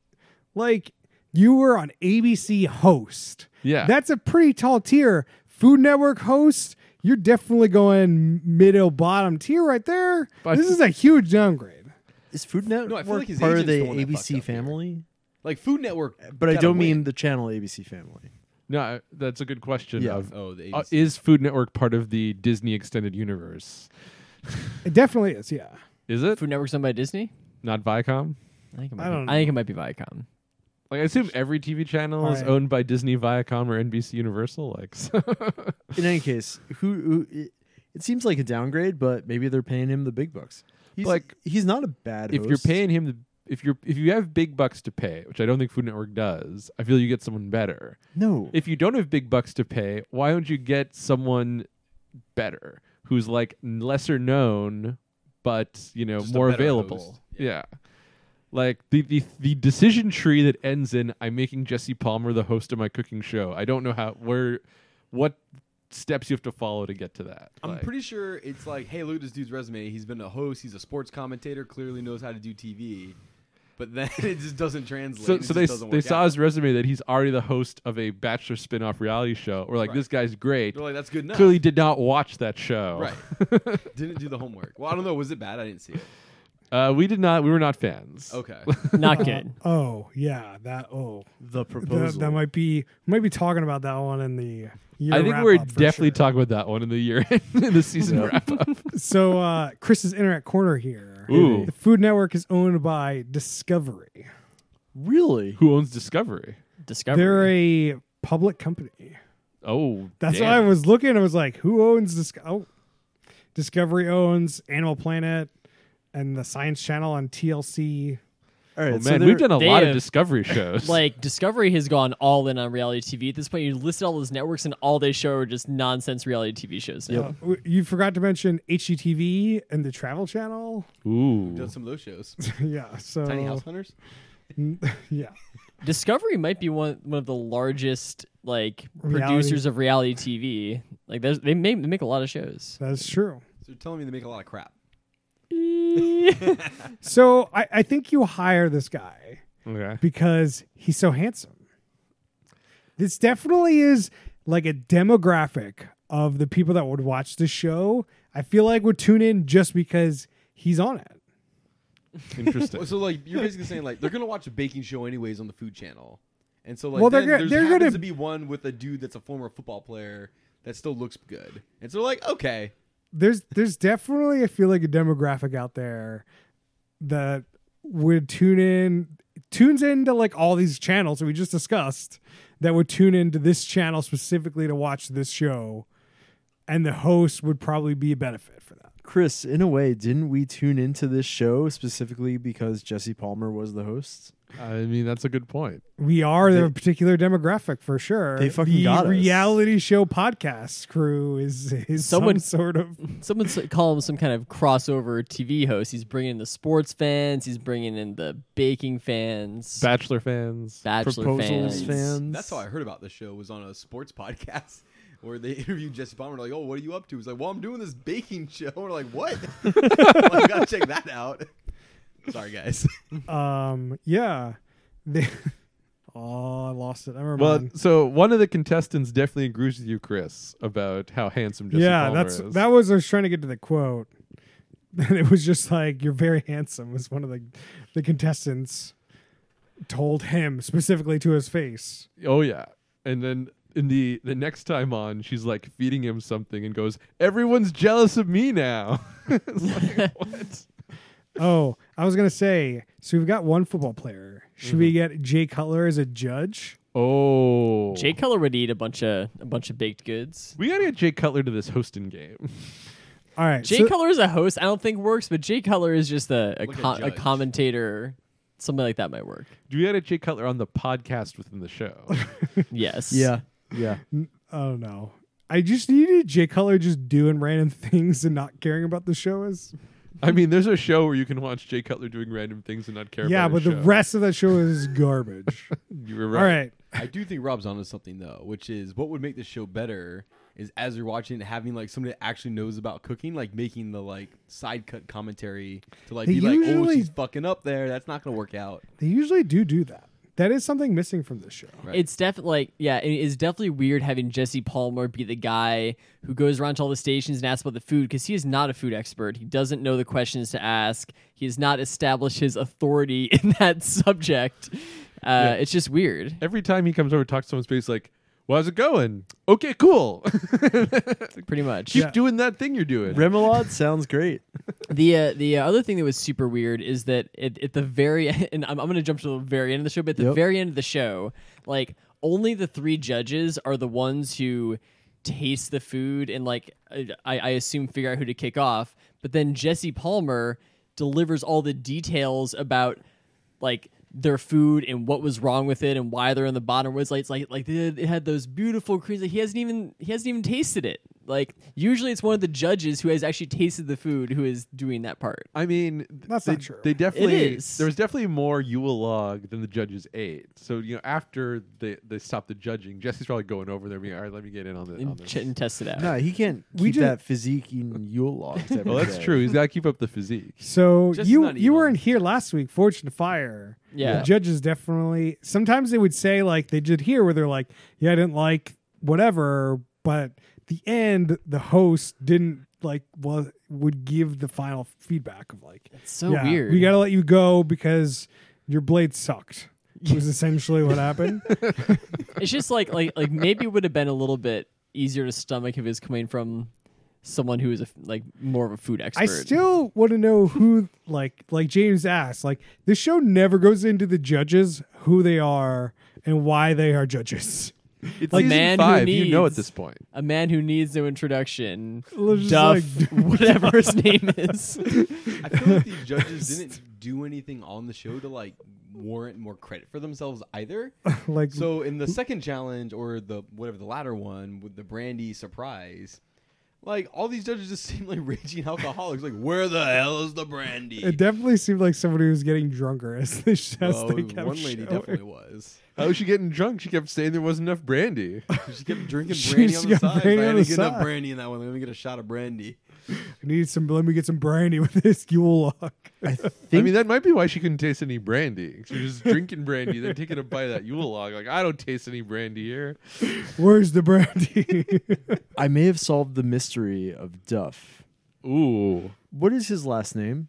[SPEAKER 1] like you were on ABC host?
[SPEAKER 2] Yeah.
[SPEAKER 1] that's a pretty tall tier. Food Network host, you're definitely going middle bottom tier right there.
[SPEAKER 2] But-
[SPEAKER 1] this is a huge downgrade.
[SPEAKER 4] Is Food Network
[SPEAKER 5] No, I feel like his
[SPEAKER 4] part of
[SPEAKER 5] agent's
[SPEAKER 4] the
[SPEAKER 5] the one that fucked
[SPEAKER 4] ABC
[SPEAKER 5] up here.
[SPEAKER 4] family?
[SPEAKER 5] Like Food Network,
[SPEAKER 4] But I
[SPEAKER 5] gotta
[SPEAKER 4] don't
[SPEAKER 5] win.
[SPEAKER 4] mean the channel ABC family.
[SPEAKER 2] No, that's a good question.
[SPEAKER 4] Yeah.
[SPEAKER 2] Of,
[SPEAKER 5] Oh, the
[SPEAKER 2] uh,
[SPEAKER 5] 80s.
[SPEAKER 2] is Food Network part of the Disney extended universe?
[SPEAKER 1] It definitely is, yeah.
[SPEAKER 2] Is it
[SPEAKER 3] Food Network's owned by Disney?
[SPEAKER 2] not Viacom?
[SPEAKER 3] I think it might
[SPEAKER 1] I
[SPEAKER 3] be,
[SPEAKER 1] don't
[SPEAKER 3] I think it might
[SPEAKER 1] (laughs)
[SPEAKER 3] be Viacom.
[SPEAKER 2] Like I assume every TV channel
[SPEAKER 1] All
[SPEAKER 2] is
[SPEAKER 1] right.
[SPEAKER 2] owned by Disney, Viacom, or NBC Universal. Like, so-
[SPEAKER 4] In any case, who, who it, it seems like a downgrade, but maybe they're paying him the big bucks. He's
[SPEAKER 2] Like,
[SPEAKER 4] like he's not a bad
[SPEAKER 2] if you're
[SPEAKER 4] host.
[SPEAKER 2] paying him the if you're if you have big bucks to pay, which I don't think Food Network does, I feel you get someone better.
[SPEAKER 4] No.
[SPEAKER 2] If you don't have big bucks to pay, why don't you get someone better who's like lesser known but you know
[SPEAKER 5] Just a
[SPEAKER 2] more
[SPEAKER 5] better
[SPEAKER 2] available?
[SPEAKER 5] host.
[SPEAKER 2] Yeah. Like the, the the decision tree that ends in I'm making Jesse Palmer the host of my cooking show. I don't know how where what steps you have to follow to get to that.
[SPEAKER 5] I'm
[SPEAKER 2] Like-
[SPEAKER 5] pretty sure it's like, hey, look at this dude's resume. He's been a host. He's a sports commentator. Clearly knows how to do TV. but then (laughs) it just doesn't translate.
[SPEAKER 2] So,
[SPEAKER 5] It
[SPEAKER 2] so
[SPEAKER 5] just
[SPEAKER 2] they
[SPEAKER 5] doesn't
[SPEAKER 2] they
[SPEAKER 5] work
[SPEAKER 2] saw
[SPEAKER 5] out.
[SPEAKER 2] his resume that he's already the host of a Bachelor spin-off reality show. We're like,
[SPEAKER 5] Right.
[SPEAKER 2] this guy's great.
[SPEAKER 5] They're like, that's good enough.
[SPEAKER 2] Clearly did not watch that show.
[SPEAKER 5] Right. Didn't do the homework. Well, I don't know. Was it bad? I didn't see it.
[SPEAKER 2] (laughs) Uh, we did not. We were not fans.
[SPEAKER 5] Okay.
[SPEAKER 3] Not good.
[SPEAKER 1] Oh yeah, that oh
[SPEAKER 4] The
[SPEAKER 1] that, that might be we might be talking about that one in the. Year
[SPEAKER 2] I think
[SPEAKER 1] wrap
[SPEAKER 2] we're
[SPEAKER 1] up for
[SPEAKER 2] definitely
[SPEAKER 1] sure.
[SPEAKER 2] talking about that one in the year, (laughs) in the season wrap
[SPEAKER 1] (laughs)
[SPEAKER 2] up.
[SPEAKER 1] So uh, Chris's internet corner here.
[SPEAKER 2] Ooh.
[SPEAKER 1] The Food Network is owned by Discovery.
[SPEAKER 4] really?
[SPEAKER 2] Who owns Discovery?
[SPEAKER 3] Discovery.
[SPEAKER 1] They're a public company.
[SPEAKER 2] Oh,
[SPEAKER 1] That's
[SPEAKER 2] damn.
[SPEAKER 1] why I was looking. I was like, who owns this? Oh, Discovery owns Animal Planet and the Science Channel on TLC.
[SPEAKER 4] All right,
[SPEAKER 2] Oh, man,
[SPEAKER 4] so
[SPEAKER 2] we've
[SPEAKER 4] they're-
[SPEAKER 2] done a
[SPEAKER 3] they
[SPEAKER 2] lot of
[SPEAKER 3] have-
[SPEAKER 1] (laughs)
[SPEAKER 2] Discovery shows.
[SPEAKER 3] like Discovery has gone all in on reality TV. At this point, you listed all those networks, and all they show are just nonsense reality TV shows. Now.
[SPEAKER 1] Uh, w- you forgot to mention HGTV and the Travel Channel. (laughs)
[SPEAKER 2] ooh,
[SPEAKER 5] Done some of
[SPEAKER 2] (laughs)
[SPEAKER 5] those shows.
[SPEAKER 1] yeah. So
[SPEAKER 5] Tiny House Hunters.
[SPEAKER 1] Yeah.
[SPEAKER 3] Discovery might be one one of the largest like
[SPEAKER 1] Reality.
[SPEAKER 3] producers of reality TV. Like there's- they make they make a lot of shows.
[SPEAKER 1] That's true.
[SPEAKER 5] So you're telling me they make a lot of crap.
[SPEAKER 1] So I, I think you hire this guy
[SPEAKER 2] okay.
[SPEAKER 1] because he's so handsome. This definitely is like a demographic of the people that would watch the show. I feel like would tune in just because he's on it.
[SPEAKER 5] (laughs)
[SPEAKER 2] interesting.
[SPEAKER 5] So like you're basically saying like they're gonna watch a baking show anyways on the Food Channel, and so like
[SPEAKER 1] Well, they're
[SPEAKER 5] then
[SPEAKER 1] gonna-
[SPEAKER 5] there's
[SPEAKER 1] they're
[SPEAKER 5] happens
[SPEAKER 1] gonna-
[SPEAKER 5] to be one with a dude that's a former football player that still looks good, and so they're like okay,
[SPEAKER 1] there's there's definitely I feel like a demographic out there that would tune in tunes into like all these channels that we just discussed that would tune into this channel specifically to watch this show and the host would probably be a benefit for that.
[SPEAKER 4] Chris, in a way, didn't we tune into this show specifically because Jesse Palmer was the host?
[SPEAKER 2] I mean, that's a good point.
[SPEAKER 1] We are
[SPEAKER 4] They-
[SPEAKER 1] the particular demographic for sure.
[SPEAKER 4] They fucking
[SPEAKER 1] the
[SPEAKER 4] got us.
[SPEAKER 1] reality show podcast crew is is
[SPEAKER 3] Someone-
[SPEAKER 1] some sort of
[SPEAKER 3] Someone s- call him some kind of crossover TV host. He's bringing in the sports fans. He's bringing in the baking fans.
[SPEAKER 2] Bachelor fans,
[SPEAKER 3] Bachelor
[SPEAKER 4] Proposals
[SPEAKER 3] fans.
[SPEAKER 4] fans.
[SPEAKER 5] that's how I heard about this show was on a sports (laughs) podcast. Where they (laughs) interviewed Jesse Palmer, like, "Oh, what are you up to?" He's like, "Well, I'm doing this baking show." We're like, "What? (laughs) well, you gotta check that out." (laughs) Sorry, guys.
[SPEAKER 1] um yeah. They, (laughs) oh, I lost it. I remember.
[SPEAKER 2] Well, so one of the contestants definitely agrees with you, Chris, about how handsome Jesse
[SPEAKER 1] yeah,
[SPEAKER 2] Palmer
[SPEAKER 1] that's
[SPEAKER 2] is.
[SPEAKER 1] that was I was trying to get to the quote, (laughs) and it was just like you're very handsome was one of the the contestants told him specifically to his face.
[SPEAKER 2] Oh yeah. And then in the the next time on, she's like feeding him something and goes, "Everyone's jealous of me now." (laughs) It's like, what?
[SPEAKER 1] Oh, I was gonna say, so we've got one football player. Should we
[SPEAKER 2] Mm-hmm.
[SPEAKER 1] get Jay Cutler as a judge?
[SPEAKER 2] Oh,
[SPEAKER 3] Jay Cutler would eat a bunch of a bunch of baked goods.
[SPEAKER 2] We gotta get Jay Cutler to this hosting game.
[SPEAKER 1] All right,
[SPEAKER 3] Jay
[SPEAKER 1] so-
[SPEAKER 3] Cutler is a host. I don't think works, but Jay Cutler is just a a,
[SPEAKER 5] Like a
[SPEAKER 3] co- a
[SPEAKER 5] judge.
[SPEAKER 3] commentator. Something like that might work.
[SPEAKER 2] Do we gotta get Jay Cutler on the podcast within
[SPEAKER 3] (laughs)
[SPEAKER 2] the show?
[SPEAKER 3] Yes.
[SPEAKER 4] Yeah, (laughs) yeah.
[SPEAKER 1] oh no. I just needed Jay Cutler just doing random (laughs) things and not caring about the show is.
[SPEAKER 2] I mean, there's a show where you can watch Jay Cutler doing random things and not care.
[SPEAKER 1] Yeah,
[SPEAKER 2] about
[SPEAKER 1] but
[SPEAKER 2] his
[SPEAKER 1] the
[SPEAKER 2] show.
[SPEAKER 1] rest of that show
[SPEAKER 2] (laughs)
[SPEAKER 1] is garbage.
[SPEAKER 2] You were
[SPEAKER 1] All right.
[SPEAKER 5] I do think Rob's onto something though, which is what would make this show better is as you're watching it, having like somebody that actually knows about cooking, like making the like side cut commentary to like
[SPEAKER 1] They
[SPEAKER 5] be like, oh,
[SPEAKER 1] usually-
[SPEAKER 5] she's fucking up there. That's not gonna work out.
[SPEAKER 1] They usually do do that. That is something missing from this show.
[SPEAKER 5] Right.
[SPEAKER 3] It's definitely like yeah, it is definitely weird having Jesse Palmer be the guy who goes around to all the stations and asks about the food because he is not a food expert. He doesn't know the questions to ask. He has not established his authority (laughs) in that subject. Uh, It's just weird.
[SPEAKER 2] Every time he comes over, talks to someone's face, like, "Well, how's it going? Okay, cool. (laughs)
[SPEAKER 3] Pretty much.
[SPEAKER 2] Keep doing that thing you're doing."
[SPEAKER 4] Remoulade sounds great.
[SPEAKER 3] The uh, the uh, other thing that was super weird is that at, at the very (laughs) and I'm, I'm going to jump to the very end of the show, but at the
[SPEAKER 4] Yep.
[SPEAKER 3] very end of the show, like only the three judges are the ones who taste the food and like I, I assume figure out who to kick off. But then Jesse Palmer delivers all the details about like their food and what was wrong with it and why they're in the bottom was like it's like like they had, it had those beautiful creams that he hasn't even he hasn't even tasted it. Like usually it's one of the judges who has actually tasted the food who is doing that part.
[SPEAKER 2] I mean,
[SPEAKER 1] That's
[SPEAKER 2] they,
[SPEAKER 1] not true.
[SPEAKER 2] They definitely
[SPEAKER 3] is.
[SPEAKER 2] there was definitely more Yule log than the judges ate. So you know, after they they stopped the judging, Jesse's probably going over there being, all right, let me get in on, the, on
[SPEAKER 3] And,
[SPEAKER 2] this.
[SPEAKER 3] ch- and test it out.
[SPEAKER 4] No, he can't keep
[SPEAKER 1] We just-
[SPEAKER 4] that physique eating Yule (laughs) logs. every
[SPEAKER 2] well, that's
[SPEAKER 4] day.
[SPEAKER 2] true. He's got to keep up the physique.
[SPEAKER 1] So
[SPEAKER 5] Just
[SPEAKER 1] you
[SPEAKER 5] not
[SPEAKER 1] you
[SPEAKER 5] even.
[SPEAKER 1] weren't here last week, Fortune Fire.
[SPEAKER 3] Yeah.
[SPEAKER 1] The judges definitely sometimes they would say like they did here where they're like, Yeah, I didn't like whatever, but the end the host didn't like was would give the final feedback of like
[SPEAKER 3] It's so
[SPEAKER 1] yeah,
[SPEAKER 3] weird.
[SPEAKER 1] We gotta let you go because your blade sucked. Was essentially what
[SPEAKER 3] (laughs)
[SPEAKER 1] happened.
[SPEAKER 3] (laughs) it's just like like like maybe it would have been a little bit easier to stomach if it was coming from someone who is a, f- like more of a food expert.
[SPEAKER 1] I still want to know who, like, like James asked, like the show never goes into the judges who they are and why they are judges.
[SPEAKER 2] It's
[SPEAKER 3] Like
[SPEAKER 2] season
[SPEAKER 3] man who
[SPEAKER 2] five. you know at
[SPEAKER 3] needs-
[SPEAKER 2] this point.
[SPEAKER 3] a man who needs no introduction.
[SPEAKER 1] Let's just,
[SPEAKER 3] Duff,
[SPEAKER 1] like, (laughs)
[SPEAKER 3] whatever his name is.
[SPEAKER 5] (laughs) I feel like these judges (laughs) didn't do anything on the show to like warrant more credit for themselves either.
[SPEAKER 1] Like,
[SPEAKER 5] So in the second challenge or the whatever the latter one with the brandy surprise, like all these judges just (laughs) seem like raging alcoholics. Like where the hell is the brandy?
[SPEAKER 1] it definitely seemed like somebody was getting drunker as they just
[SPEAKER 5] Well,
[SPEAKER 1] they
[SPEAKER 5] one
[SPEAKER 1] kept
[SPEAKER 5] lady
[SPEAKER 1] showing. (laughs)
[SPEAKER 5] definitely was.
[SPEAKER 2] How was she getting drunk? She kept saying there wasn't enough
[SPEAKER 3] (laughs)
[SPEAKER 2] brandy.
[SPEAKER 5] She kept drinking
[SPEAKER 1] She
[SPEAKER 5] brandy
[SPEAKER 1] just
[SPEAKER 5] on the
[SPEAKER 1] got
[SPEAKER 5] side.
[SPEAKER 1] brandy
[SPEAKER 5] I
[SPEAKER 1] on
[SPEAKER 5] didn't
[SPEAKER 1] the
[SPEAKER 5] get
[SPEAKER 1] side.
[SPEAKER 5] enough brandy in that one. Let me get a shot of brandy.
[SPEAKER 1] I need some. Let me get some brandy with this Yule log. (laughs)
[SPEAKER 4] I
[SPEAKER 2] I
[SPEAKER 4] think
[SPEAKER 2] mean, that might be why she couldn't taste any brandy.
[SPEAKER 3] (laughs)
[SPEAKER 2] She was just drinking brandy, then taking a bite of that Yule log. Like, I don't taste any brandy here.
[SPEAKER 1] Where's the
[SPEAKER 4] (laughs)
[SPEAKER 1] brandy? (laughs)
[SPEAKER 4] I may have solved the mystery of Duff.
[SPEAKER 2] Ooh,
[SPEAKER 4] What is his last name?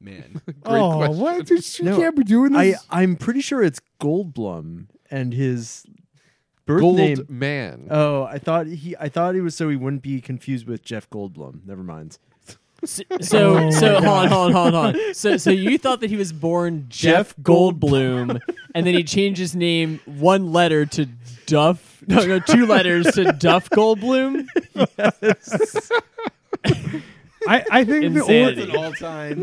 [SPEAKER 5] Man,
[SPEAKER 2] Great
[SPEAKER 1] oh, (laughs)
[SPEAKER 2] question.
[SPEAKER 1] what? Dude, she
[SPEAKER 4] No,
[SPEAKER 1] can't be doing
[SPEAKER 4] I
[SPEAKER 1] this.
[SPEAKER 4] I'm pretty sure it's Goldblum and his birth
[SPEAKER 2] gold
[SPEAKER 4] name.
[SPEAKER 2] man.
[SPEAKER 4] Oh, I thought he I thought he was so he wouldn't be confused with Jeff Goldblum. Never mind.
[SPEAKER 3] So so,
[SPEAKER 1] Oh my
[SPEAKER 3] so hold on, hold on, hold on. So so you thought that he was born Jeff,
[SPEAKER 4] Jeff
[SPEAKER 3] Goldblum, and then he changed his name one letter to Duff. No, no, two letters to Duff Goldblum.
[SPEAKER 1] I, I think the,
[SPEAKER 3] Insanity.
[SPEAKER 1] or,
[SPEAKER 5] that's an all-time.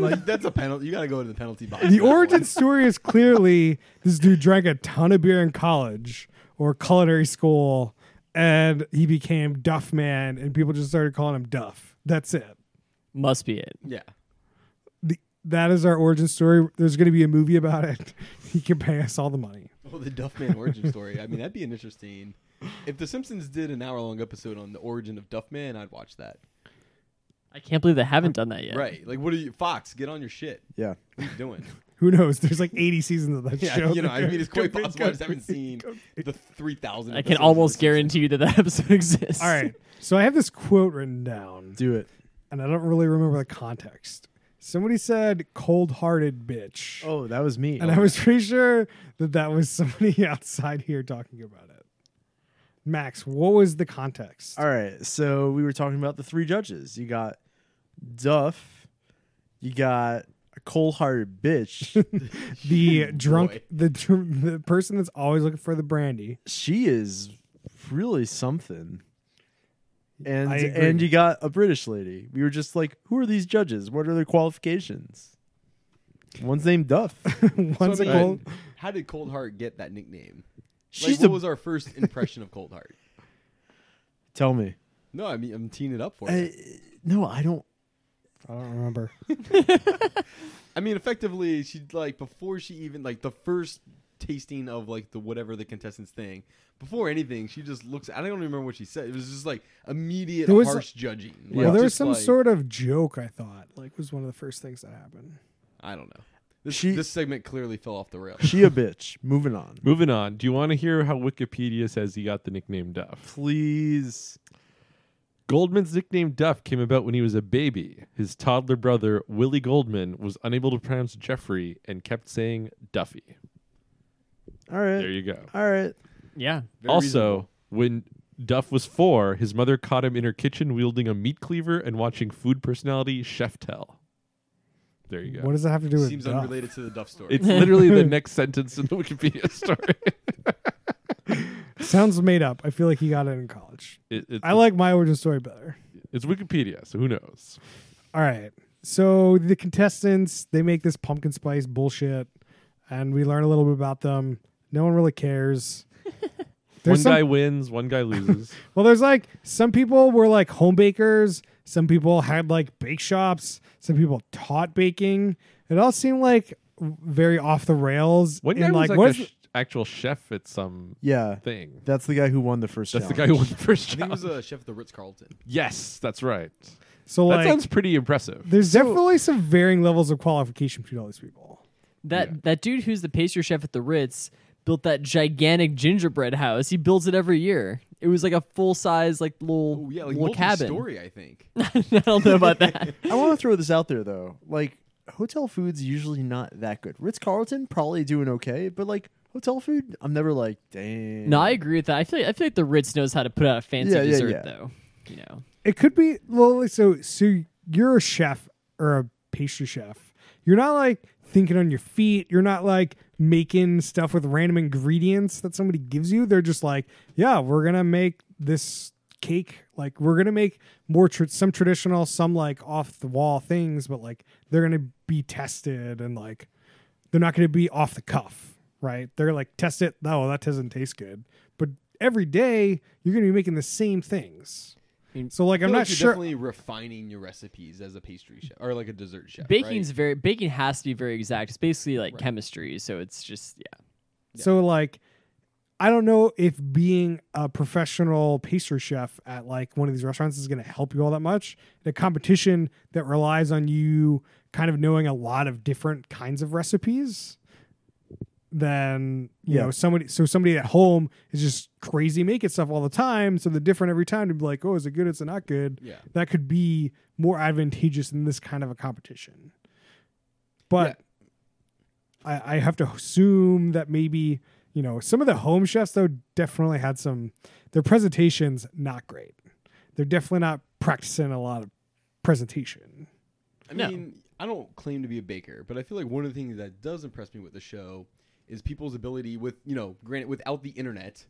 [SPEAKER 1] (laughs)
[SPEAKER 5] Like that's a penalty. You got to go to the penalty box.
[SPEAKER 1] the
[SPEAKER 5] for that one.
[SPEAKER 1] origin story is clearly this dude drank a ton of beer in college or culinary school and he became duff man and people just started calling him duff that's it
[SPEAKER 3] Must be it.
[SPEAKER 5] Yeah.
[SPEAKER 1] the, that is our origin story there's going to be a movie about it (laughs) he can pay us all the money
[SPEAKER 5] Oh, the Duffman origin story. I mean, that'd be an interesting. If The Simpsons did an hour-long episode on the origin of Duffman, I'd watch that.
[SPEAKER 3] I can't believe they haven't done that yet.
[SPEAKER 5] Right? Like, what are you, Fox? Get on your shit.
[SPEAKER 4] Yeah.
[SPEAKER 5] What are you doing?
[SPEAKER 1] who knows there's like 80 seasons of that
[SPEAKER 5] Yeah,
[SPEAKER 1] show
[SPEAKER 5] you know, I mean, it's
[SPEAKER 1] Could
[SPEAKER 5] quite
[SPEAKER 1] be,
[SPEAKER 5] possible I just
[SPEAKER 1] could
[SPEAKER 5] haven't
[SPEAKER 1] be,
[SPEAKER 5] seen
[SPEAKER 1] could be.
[SPEAKER 5] the three thousand.
[SPEAKER 3] I can almost guarantee you that that episode (laughs) exists.
[SPEAKER 1] all right so i have this quote written down
[SPEAKER 4] Do it.
[SPEAKER 1] and i don't really remember the context somebody said cold-hearted bitch
[SPEAKER 4] Oh, that was me.
[SPEAKER 1] And I was pretty sure that that was somebody (laughs) outside here talking about it. Max, what was the context?
[SPEAKER 4] All right. So we were talking about the three judges. You got Duff, you got a cold hearted
[SPEAKER 2] (laughs)
[SPEAKER 4] bitch.
[SPEAKER 1] The drunk,
[SPEAKER 5] (laughs) Boy.
[SPEAKER 1] the dr- the person that's always looking for the brandy. (laughs)
[SPEAKER 4] she is really something. And
[SPEAKER 1] I agree.
[SPEAKER 4] and you got a British lady. We were just like, who are these judges? What are their qualifications? One's named
[SPEAKER 2] (laughs)
[SPEAKER 4] Duff.
[SPEAKER 1] Once a
[SPEAKER 5] So, I mean,
[SPEAKER 1] gold,
[SPEAKER 5] How did Cold Heart get that nickname?
[SPEAKER 4] She's
[SPEAKER 5] like, what
[SPEAKER 4] the
[SPEAKER 5] was our first impression of Cold Heart?
[SPEAKER 4] Tell me.
[SPEAKER 5] No, I mean, I'm teeing it up for
[SPEAKER 4] Uh,
[SPEAKER 5] you.
[SPEAKER 4] no, I don't.
[SPEAKER 1] I don't remember.
[SPEAKER 5] I mean, effectively, she like before she even like the first tasting of like the whatever the contestants thing. Before anything, she just looks. I don't even remember what she said. It was just like immediate
[SPEAKER 1] There was-
[SPEAKER 5] harsh judging. Like,
[SPEAKER 1] well, there was
[SPEAKER 5] just,
[SPEAKER 1] some
[SPEAKER 5] like-
[SPEAKER 1] sort of joke. I thought like was one of the first things that happened.
[SPEAKER 5] I don't know. This,
[SPEAKER 4] She-
[SPEAKER 5] this segment clearly fell off the rails.
[SPEAKER 4] She a bitch. Moving on.
[SPEAKER 2] Moving on. Do you want to hear how Wikipedia says he got the nickname Duff?
[SPEAKER 4] Please.
[SPEAKER 2] Goldman's nickname Duff came about when he was a baby. His toddler brother, Willie Goldman, was unable to pronounce Jeffrey and kept saying Duffy.
[SPEAKER 4] All right.
[SPEAKER 2] There you go.
[SPEAKER 4] All right.
[SPEAKER 3] Yeah.
[SPEAKER 5] Very
[SPEAKER 2] Also, when Duff was four, his mother caught him in her kitchen wielding a meat cleaver and watching food personality Chef Tell. There you go.
[SPEAKER 1] What does that have to do with?
[SPEAKER 5] seems
[SPEAKER 1] Duff?
[SPEAKER 5] unrelated to the Duff
[SPEAKER 1] (laughs)
[SPEAKER 5] story.
[SPEAKER 2] it's literally the next sentence in the Wikipedia story.
[SPEAKER 1] Sounds made up. I feel like he got it in college.
[SPEAKER 2] It- it's,
[SPEAKER 1] I like my origin story better.
[SPEAKER 2] it's Wikipedia, so who knows?
[SPEAKER 1] All right. So the contestants they make this pumpkin spice bullshit, and we learn a little bit about them. No one really
[SPEAKER 2] (laughs)
[SPEAKER 1] cares.
[SPEAKER 2] One
[SPEAKER 1] some,
[SPEAKER 2] guy wins, one guy loses.
[SPEAKER 1] well, there's like some people were like home bakers. Some people had like bake shops. Some people taught baking. It all seemed like very off the rails.
[SPEAKER 2] One
[SPEAKER 1] and,
[SPEAKER 2] guy was like,
[SPEAKER 1] what
[SPEAKER 2] a
[SPEAKER 1] is-
[SPEAKER 2] sh- actual chef at some
[SPEAKER 4] Yeah,
[SPEAKER 2] thing.
[SPEAKER 4] that's the guy who won the first.
[SPEAKER 2] That's the guy
[SPEAKER 4] challenge.
[SPEAKER 2] who won the first
[SPEAKER 5] I think he was
[SPEAKER 2] challenge.
[SPEAKER 5] a chef at the Ritz Carlton.
[SPEAKER 2] yes, that's right.
[SPEAKER 1] so
[SPEAKER 2] That
[SPEAKER 1] like
[SPEAKER 2] sounds pretty impressive.
[SPEAKER 1] there's definitely some varying levels of qualification between all these people.
[SPEAKER 3] That that dude who's the pastry chef at the Ritz built that gigantic gingerbread house. He builds it every year. It was like a full size like little
[SPEAKER 5] Oh yeah, like
[SPEAKER 3] little cabin.
[SPEAKER 5] story. I think.
[SPEAKER 3] (laughs) I don't know about that.
[SPEAKER 4] I want to throw this out there though. Like hotel food's usually not that good. Ritz Carlton probably doing okay, but like hotel food, I'm never like, dang.
[SPEAKER 3] no, I agree with that. I feel like, I feel like the Ritz knows how to put out a fancy
[SPEAKER 4] Yeah, yeah,
[SPEAKER 3] dessert
[SPEAKER 4] yeah.
[SPEAKER 3] though. You know.
[SPEAKER 1] It could be well. So, so you're a chef or a pastry chef. You're not like thinking on your feet. You're not like making stuff with random ingredients that somebody gives you. They're just like, yeah, we're gonna make this cake. Like we're gonna make more tr- some traditional, some like off the wall things, but like they're gonna be tested and like they're not gonna be off the cuff, right? They're like test it. No, that doesn't taste good. But every day you're gonna be making the same things. So like
[SPEAKER 5] I
[SPEAKER 1] I'm
[SPEAKER 5] feel
[SPEAKER 1] not
[SPEAKER 5] like you're
[SPEAKER 1] sure.
[SPEAKER 5] Definitely refining your recipes as a pastry chef or like a dessert chef.
[SPEAKER 3] Baking's
[SPEAKER 5] right?
[SPEAKER 3] very baking has to be very exact. It's basically like chemistry, so it's just yeah.
[SPEAKER 1] So like I don't know if being a professional pastry chef at like one of these restaurants is going to help you all that much. In a competition that relies on you kind of knowing a lot of different kinds of recipes, then you
[SPEAKER 4] Yeah.
[SPEAKER 1] know somebody. So somebody at home is just crazy making stuff all the time. So they're different every time to be like, oh, is it good? Is it not good?
[SPEAKER 5] Yeah.
[SPEAKER 1] That could be more advantageous in this kind of a competition. But
[SPEAKER 5] Yeah.
[SPEAKER 1] I, I have to assume that maybe you know some of the home chefs though definitely had some their presentations not great. They're definitely not practicing a lot of presentation.
[SPEAKER 5] I
[SPEAKER 3] No.
[SPEAKER 5] mean, I don't claim to be a baker, but I feel like one of the things that does impress me with the show is people's ability with, you know, granted without the internet,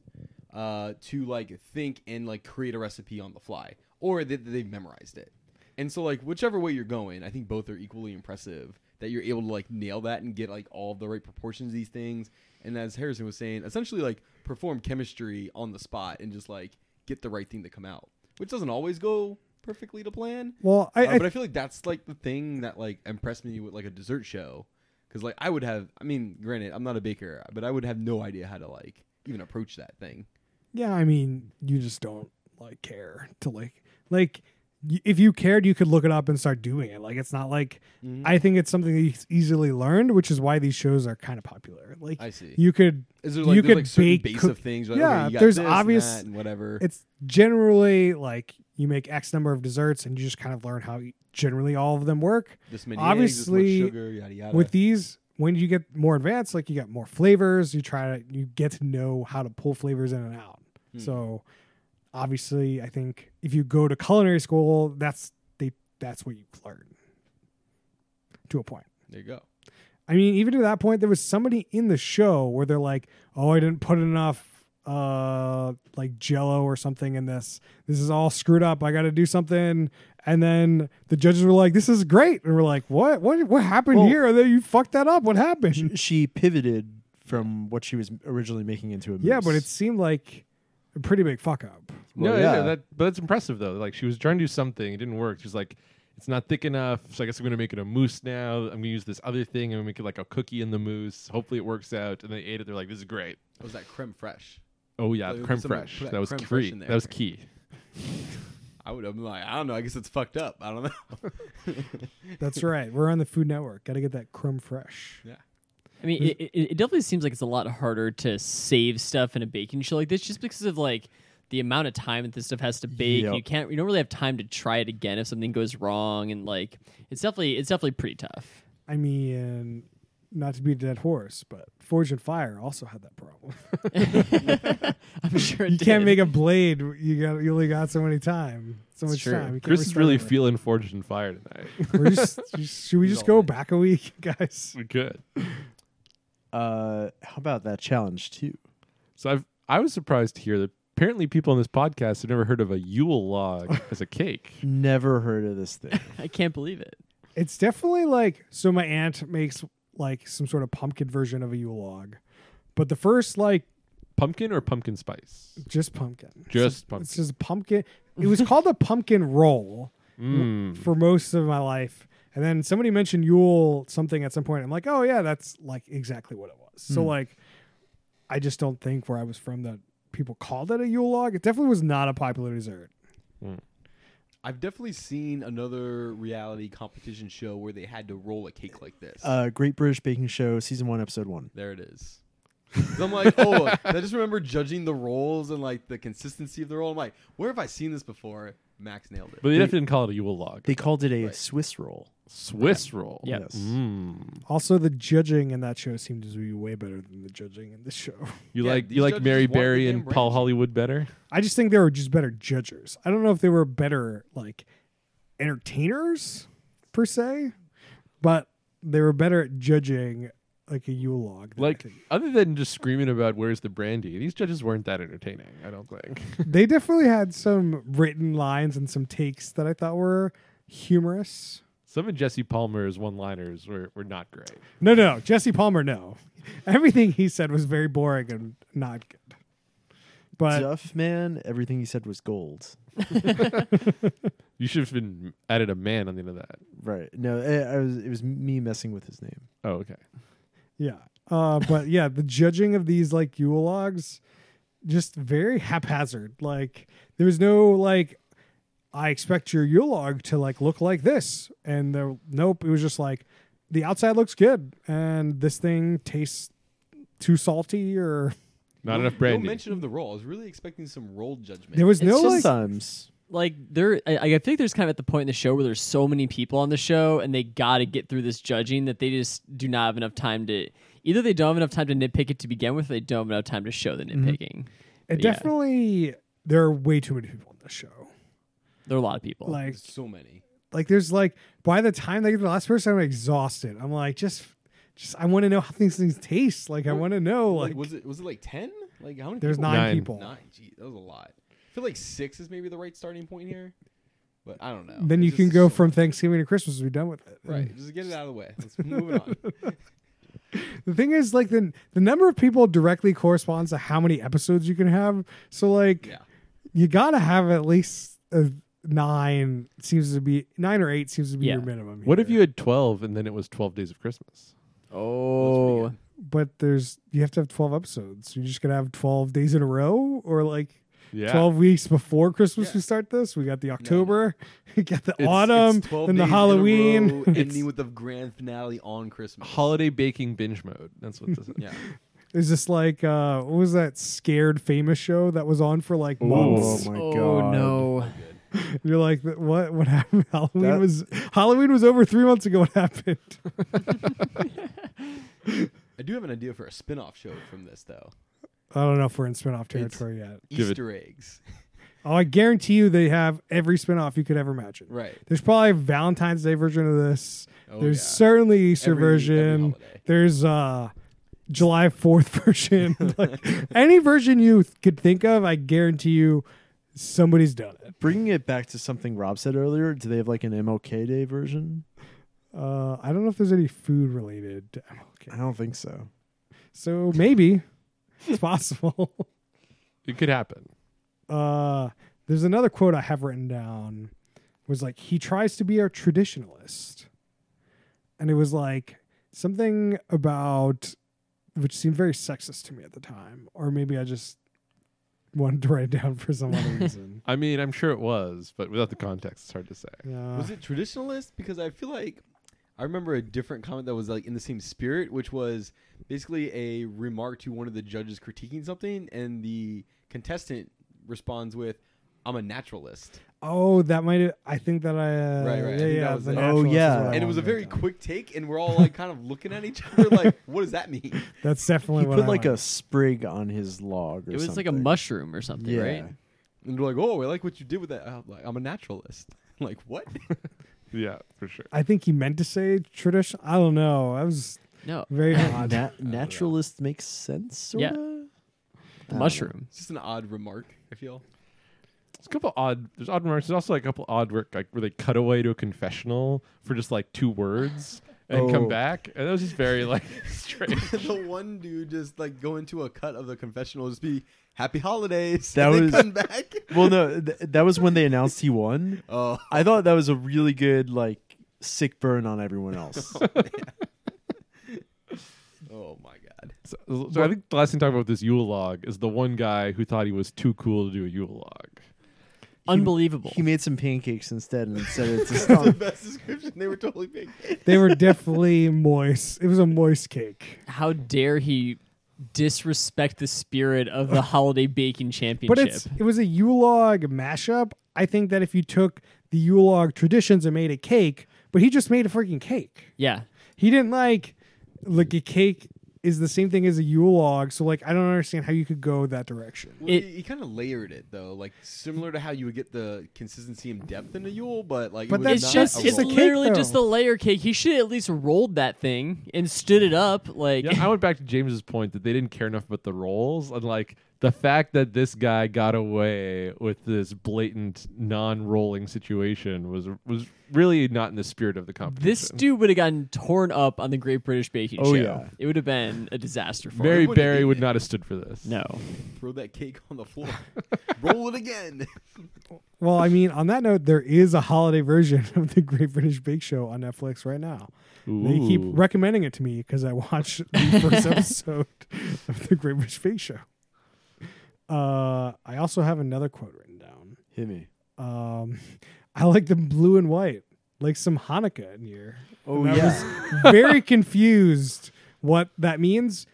[SPEAKER 5] uh, to like think and like create a recipe on the fly or that they've memorized it. And so like whichever way you're going, I think both are equally impressive that you're able to like nail that and get like all the right proportions of these things. And as Harrison was saying, essentially like perform chemistry on the spot and just like get the right thing to come out, which doesn't always go perfectly to plan.
[SPEAKER 1] Well, I,
[SPEAKER 5] Uh,
[SPEAKER 1] I,
[SPEAKER 5] but I feel like that's like the thing that like impressed me with like a dessert show, because like I would have. I mean, granted, I'm not a baker, but I would have no idea how to like even approach that thing.
[SPEAKER 1] yeah, I mean, you just don't like care to like like y- if you cared, you could look it up and start doing it. Like it's not like
[SPEAKER 5] Mm-hmm.
[SPEAKER 1] I think it's something that's easily learned, which is why these shows are kind of popular. Like
[SPEAKER 5] I see.
[SPEAKER 1] you could
[SPEAKER 5] Is there like,
[SPEAKER 1] you
[SPEAKER 5] there's,
[SPEAKER 1] could
[SPEAKER 5] like certain
[SPEAKER 1] bake
[SPEAKER 5] base
[SPEAKER 1] cook-
[SPEAKER 5] of things? Like,
[SPEAKER 1] yeah,
[SPEAKER 5] okay, you got
[SPEAKER 1] there's
[SPEAKER 5] this and
[SPEAKER 1] obvious-
[SPEAKER 5] that and whatever.
[SPEAKER 1] it's generally like you make X number of desserts and you just kind of learn how generally all of them work.
[SPEAKER 5] this many
[SPEAKER 1] obviously,
[SPEAKER 5] eggs, this much sugar, yada yada.
[SPEAKER 1] With these, when you get more advanced, like you got more flavors, you try to you get to know how to pull flavors in and out. So obviously, I think if you go to culinary school, that's they that's what you learn to a point.
[SPEAKER 5] there you go.
[SPEAKER 1] I mean, even to that point, there was somebody in the show where they're like, "Oh, I didn't put enough uh like jello or something in this. This is all screwed up. I got to do something." And then the judges were like, "This is great," and we're like, "What? What? What happened
[SPEAKER 4] Well-
[SPEAKER 1] here? And then you fucked that up. What
[SPEAKER 4] She, (laughs)
[SPEAKER 1] happened?"
[SPEAKER 4] she pivoted from what she was originally making into a.
[SPEAKER 1] Yeah, but it
[SPEAKER 4] mousse.
[SPEAKER 1] seemed like a pretty big fuck up.
[SPEAKER 4] Well,
[SPEAKER 2] no, yeah.
[SPEAKER 4] yeah.
[SPEAKER 2] that, but that's impressive though. Like she was trying to do something, it didn't work. She's like, it's not thick enough, so I guess I'm gonna make it a mousse now. I'm gonna use this other thing and make it like a cookie in the mousse. Hopefully it works out. And they ate it. They're like, this is great.
[SPEAKER 5] What was that creme fresh?
[SPEAKER 2] Oh yeah,
[SPEAKER 5] Like,
[SPEAKER 2] creme
[SPEAKER 5] somebody
[SPEAKER 2] fraiche.
[SPEAKER 5] put that
[SPEAKER 2] That was
[SPEAKER 5] creme fraiche
[SPEAKER 2] key.
[SPEAKER 5] in there.
[SPEAKER 2] That was key.
[SPEAKER 5] I would. I'm like, I don't know. I guess it's fucked up. I don't know. (laughs)
[SPEAKER 1] That's right. We're on the Food Network. Got to get that crumb fresh.
[SPEAKER 3] I mean, it, it, it definitely seems like it's a lot harder to save stuff in a baking show like this, just because of like the amount of time that this stuff has to bake.
[SPEAKER 4] Yep.
[SPEAKER 3] You can't, you don't really have time to try it again if something goes wrong, and like it's definitely, it's definitely pretty tough. (laughs)
[SPEAKER 1] I mean, not to be a dead horse, but Forge and Fire also had that problem.
[SPEAKER 3] I'm sure it
[SPEAKER 1] You can't
[SPEAKER 3] did.
[SPEAKER 1] make a blade. You got you only got so many time. So much
[SPEAKER 3] true.
[SPEAKER 1] time. You can't
[SPEAKER 2] Chris is
[SPEAKER 1] restart
[SPEAKER 2] really
[SPEAKER 1] it.
[SPEAKER 2] feeling forged and fire tonight. (laughs)
[SPEAKER 1] We're just, just- should we just go back a week, (laughs) guys?
[SPEAKER 2] we could.
[SPEAKER 4] Uh, how about that challenge too?
[SPEAKER 2] So I've I was surprised to hear that apparently people on this podcast have never heard of a Yule
[SPEAKER 5] (laughs)
[SPEAKER 2] log as a cake.
[SPEAKER 1] (laughs)
[SPEAKER 4] Never heard of this thing.
[SPEAKER 3] I can't believe it.
[SPEAKER 1] It's definitely like so. My aunt makes like some sort of pumpkin version of a Yule log. But the first like
[SPEAKER 2] Pumpkin or pumpkin spice?
[SPEAKER 1] just pumpkin.
[SPEAKER 2] Just
[SPEAKER 1] It's
[SPEAKER 2] pumpkin.
[SPEAKER 1] just pumpkin. It was called a pumpkin roll
[SPEAKER 2] Mm.
[SPEAKER 1] for most of my life. And then somebody mentioned Yule something at some point. I'm like, oh yeah, that's like exactly what it was.
[SPEAKER 2] Mm.
[SPEAKER 1] So like, I just don't think where I was from that people called it a Yule log. It definitely was not a popular dessert.
[SPEAKER 5] I've definitely seen another reality competition show where they had to roll a cake like this.
[SPEAKER 4] Uh, Great British Baking Show, season one, episode one.
[SPEAKER 5] there it is. (laughs) 'Cause I'm like, oh, I just remember judging the rolls and like the consistency of the roll. I'm like, where have I seen this before? Max nailed it.
[SPEAKER 2] But they definitely didn't call it a Yule log.
[SPEAKER 4] They called it a
[SPEAKER 5] Right.
[SPEAKER 4] Swiss roll.
[SPEAKER 2] Swiss roll.
[SPEAKER 3] Yeah.
[SPEAKER 4] Yes.
[SPEAKER 1] Mm-hmm.
[SPEAKER 2] Mm.
[SPEAKER 1] Also, the judging in that show seemed to be way better than the judging in this show.
[SPEAKER 2] You
[SPEAKER 5] Yeah,
[SPEAKER 2] like
[SPEAKER 5] these
[SPEAKER 2] you like
[SPEAKER 5] judges
[SPEAKER 2] Mary
[SPEAKER 5] wanted
[SPEAKER 2] Berry
[SPEAKER 5] the
[SPEAKER 2] and
[SPEAKER 5] damn
[SPEAKER 2] Paul
[SPEAKER 5] brands.
[SPEAKER 2] Hollywood better?
[SPEAKER 1] I just think they were just better judgers. I don't know if they were better like entertainers per se, but they were better at judging like a Yule log. than I
[SPEAKER 2] Like
[SPEAKER 1] think.
[SPEAKER 2] other than just screaming about where's the brandy, these judges weren't that entertaining. I don't think. (laughs)
[SPEAKER 1] they definitely had some written lines and some takes that I thought were humorous.
[SPEAKER 2] Some of Jesse Palmer's one-liners were, were not great.
[SPEAKER 1] No, no, Jesse Palmer, no. (laughs) Everything he said was very boring and not good. But
[SPEAKER 4] Duff, man, everything he said was gold.
[SPEAKER 2] You should have been added a man on the end of that.
[SPEAKER 4] Right. No, eh, I, I was, it was me messing with his name.
[SPEAKER 2] Oh, okay.
[SPEAKER 1] yeah, uh, but yeah, the judging of these like Yule logs, just very haphazard. Like there was no like, I expect your Yule log to like look like this, and there, nope, it was just like the outside looks good and this thing tastes too salty or
[SPEAKER 2] Not
[SPEAKER 5] no,
[SPEAKER 2] enough brandy.
[SPEAKER 5] No mention of the roll. I was really expecting some roll judgment.
[SPEAKER 1] there was
[SPEAKER 3] It's
[SPEAKER 1] no
[SPEAKER 3] just
[SPEAKER 1] like
[SPEAKER 4] Sometimes.
[SPEAKER 3] like there I, I think there's kind of at the point in the show where there's so many people on the show and they got to get through this judging that they just do not have enough time to either they don't have enough time to nitpick it to begin with or they don't have enough time to show the nitpicking
[SPEAKER 1] It
[SPEAKER 3] Yeah.
[SPEAKER 1] definitely there are way too many people on this show.
[SPEAKER 3] there are a lot of people
[SPEAKER 1] Like
[SPEAKER 5] There's so many.
[SPEAKER 1] like there's like by the time they get to the last person, I'm exhausted. I'm like just just I want to know how these things taste. Like I want to know
[SPEAKER 5] Like,
[SPEAKER 1] like,
[SPEAKER 5] was it was it like ten? Like how many?
[SPEAKER 1] there's
[SPEAKER 5] people?
[SPEAKER 1] nine,
[SPEAKER 2] Nine.
[SPEAKER 1] people.
[SPEAKER 5] Nine. Gee, that was a lot. I feel like six is maybe the right starting point here, but I don't know.
[SPEAKER 1] Then you
[SPEAKER 5] It's
[SPEAKER 1] can
[SPEAKER 5] just
[SPEAKER 1] go
[SPEAKER 5] Oh, so
[SPEAKER 1] from
[SPEAKER 5] much.
[SPEAKER 1] Thanksgiving to Christmas. We're done with it.
[SPEAKER 5] right. Just get it out of the way. Let's move it
[SPEAKER 1] (laughs)
[SPEAKER 5] on.
[SPEAKER 1] The thing is, like the the number of people directly corresponds to how many episodes you can have. So like
[SPEAKER 5] Yeah.
[SPEAKER 1] you gotta have at least a nine seems to be nine or eight seems to be
[SPEAKER 3] Yeah.
[SPEAKER 1] your minimum.
[SPEAKER 2] what
[SPEAKER 1] here.
[SPEAKER 2] if you had twelve and then it was twelve days of Christmas?
[SPEAKER 3] oh
[SPEAKER 1] But there's you have to have twelve episodes. You're just gonna have twelve days in a row, or like
[SPEAKER 2] Yeah.
[SPEAKER 1] 12 weeks before Christmas
[SPEAKER 5] Yeah.
[SPEAKER 1] we start this. We got the October, (laughs) we got the
[SPEAKER 2] it's
[SPEAKER 1] autumn,
[SPEAKER 5] It's 12
[SPEAKER 1] and the
[SPEAKER 5] days in a
[SPEAKER 1] Halloween.
[SPEAKER 5] row, ending with the grand finale on Christmas.
[SPEAKER 2] Holiday baking binge mode. That's what (laughs) this is.
[SPEAKER 5] Yeah.
[SPEAKER 1] It's just like, uh, what was that scared famous show that was on for like months?
[SPEAKER 4] my
[SPEAKER 3] oh no
[SPEAKER 1] You're like, what? What happened? (laughs) Halloween
[SPEAKER 4] That-
[SPEAKER 1] was Halloween was over three months ago. (laughs) What happened?
[SPEAKER 5] I do have an idea for a spin off show from this, (gasps) though
[SPEAKER 1] I don't know if we're in spinoff territory yet.
[SPEAKER 2] Give it-
[SPEAKER 5] Easter eggs.
[SPEAKER 1] Oh, I guarantee you they have every spinoff you could ever imagine.
[SPEAKER 5] Right.
[SPEAKER 1] There's probably a Valentine's Day version of this.
[SPEAKER 5] Oh,
[SPEAKER 1] There's
[SPEAKER 5] yeah.
[SPEAKER 1] certainly Easter
[SPEAKER 5] Every- every
[SPEAKER 1] version.
[SPEAKER 5] holiday.
[SPEAKER 1] There's uh July 4th (laughs) version. like any version you th- could think of, I guarantee you somebody's done it.
[SPEAKER 4] Bringing it back to something Rob said earlier, do they have like an MLK Day version?
[SPEAKER 1] Uh I don't know if there's any food related to (laughs)
[SPEAKER 4] I
[SPEAKER 1] MLK.
[SPEAKER 4] don't think so.
[SPEAKER 1] So maybe
[SPEAKER 5] (laughs)
[SPEAKER 1] it's possible. (laughs)
[SPEAKER 2] It could happen.
[SPEAKER 1] uh there's another quote I have written down was like he tries to be a traditionalist. And it was like something about which seemed very sexist to me at the time or maybe I just wanted to write it down for some
[SPEAKER 5] (laughs)
[SPEAKER 1] other reason.
[SPEAKER 2] I mean, I'm sure it was, but without the context, it's hard to say.
[SPEAKER 1] Yeah.
[SPEAKER 5] Was it traditionalist? Because I feel like I remember a different comment that was like in the same spirit, which was basically a remark to one of the judges critiquing something, and the contestant responds with, "I'm a naturalist,"
[SPEAKER 1] Oh, that might have, I think that I uh,
[SPEAKER 5] Right, right. I
[SPEAKER 1] yeah,
[SPEAKER 5] think
[SPEAKER 1] yeah,
[SPEAKER 5] that was
[SPEAKER 1] the
[SPEAKER 5] it. Oh,
[SPEAKER 1] naturalist is what
[SPEAKER 4] yeah.
[SPEAKER 1] I
[SPEAKER 5] and it
[SPEAKER 1] wanted
[SPEAKER 5] was
[SPEAKER 1] to
[SPEAKER 5] a
[SPEAKER 1] write
[SPEAKER 5] very
[SPEAKER 1] down.
[SPEAKER 5] quick take, and we're all like kind of looking at each
[SPEAKER 1] (laughs)
[SPEAKER 5] other like, "What does that mean?"
[SPEAKER 1] That's definitely
[SPEAKER 4] He
[SPEAKER 1] what
[SPEAKER 4] put
[SPEAKER 1] I
[SPEAKER 4] like
[SPEAKER 1] wanted.
[SPEAKER 4] a sprig on his log or
[SPEAKER 3] it was like a
[SPEAKER 4] something.
[SPEAKER 3] mushroom or something
[SPEAKER 4] Yeah.
[SPEAKER 3] (laughs) right
[SPEAKER 5] And they're like, "Oh, I like what you did with that." I'm like, "I'm a naturalist." (laughs) like what?
[SPEAKER 2] Yeah, for sure.
[SPEAKER 1] I think he meant to say tradition. I don't know. That was
[SPEAKER 3] no
[SPEAKER 4] (laughs)
[SPEAKER 1] very odd.
[SPEAKER 4] Na- naturalist makes sense, sort
[SPEAKER 3] Yeah.
[SPEAKER 4] of?
[SPEAKER 3] the mushroom
[SPEAKER 5] It's just an odd remark. I feel.
[SPEAKER 2] There's a couple odd. There's odd remarks. There's also like a couple odd work like where they cut away to a confessional for just like two words, and come
[SPEAKER 4] Oh.
[SPEAKER 2] back. And that was just very like (laughs) strange.
[SPEAKER 5] (laughs) the one dude just like go into a cut of the confessional, just be happy holidays.
[SPEAKER 4] That
[SPEAKER 5] and then
[SPEAKER 4] was-
[SPEAKER 5] come
[SPEAKER 1] (laughs)
[SPEAKER 5] back.
[SPEAKER 4] Well, no, th- that was when they announced he won.
[SPEAKER 5] Oh,
[SPEAKER 4] I thought that was a really good like sick burn on everyone else.
[SPEAKER 5] oh my
[SPEAKER 1] (laughs)
[SPEAKER 5] god.
[SPEAKER 2] So, so I think the last thing to talk about with this Yule log is the one guy who thought he was too cool to do a Yule log.
[SPEAKER 3] Unbelievable.
[SPEAKER 4] he made some pancakes instead and said it's a
[SPEAKER 5] That's the
[SPEAKER 4] stump.
[SPEAKER 5] best description. They were totally big.
[SPEAKER 1] They were definitely moist. It was a moist cake.
[SPEAKER 3] How dare he disrespect the spirit of the holiday baking championship?
[SPEAKER 1] But it's it was a Yule log mashup. I think that if you took the Yule log traditions and made a cake, but he just made a freaking cake.
[SPEAKER 3] yeah.
[SPEAKER 1] He didn't like like a cake is the same thing as a Yule log. So like I don't understand how you could go that direction.
[SPEAKER 5] Well,
[SPEAKER 3] It-
[SPEAKER 5] he kind of layered it though, like similar to how you would get the consistency and depth in a Yule, but like
[SPEAKER 1] But
[SPEAKER 5] it was
[SPEAKER 1] that's
[SPEAKER 3] It's
[SPEAKER 5] not
[SPEAKER 3] just
[SPEAKER 5] a
[SPEAKER 1] it's
[SPEAKER 3] it's
[SPEAKER 1] a
[SPEAKER 5] roll.
[SPEAKER 1] cake,
[SPEAKER 3] literally
[SPEAKER 1] though.
[SPEAKER 3] just a layer cake. He should at least rolled that thing and stood it up like
[SPEAKER 2] Yeah, I went back to James's point that they didn't care enough about the roles and like the fact that this guy got away with this blatant non-rolling situation was was really not in the spirit of the
[SPEAKER 3] (laughs)
[SPEAKER 2] competition.
[SPEAKER 3] this dude would have gotten torn up on the Great British Baking
[SPEAKER 4] Oh,
[SPEAKER 3] Show.
[SPEAKER 4] yeah.
[SPEAKER 3] It would have been a disaster for
[SPEAKER 2] Mary
[SPEAKER 3] him.
[SPEAKER 5] wouldn't
[SPEAKER 2] Berry
[SPEAKER 5] be
[SPEAKER 2] would
[SPEAKER 5] there.
[SPEAKER 2] not have stood for this.
[SPEAKER 3] No.
[SPEAKER 5] throw that cake on
[SPEAKER 1] (laughs)
[SPEAKER 5] the floor, roll it again.
[SPEAKER 1] Well, I mean, on that note, there is a holiday version (laughs) of the Great British Bake Show on Netflix right now. They keep
[SPEAKER 2] Ooh.
[SPEAKER 1] recommending it to me because I watched the first episode of the Great British Bake Show. Uh, I also have another quote written down.
[SPEAKER 4] Hit me.
[SPEAKER 1] Um, (laughs) I like the blue and white, like some Hanukkah in here.
[SPEAKER 4] Oh
[SPEAKER 1] And I
[SPEAKER 4] yeah.
[SPEAKER 1] was very confused what that means.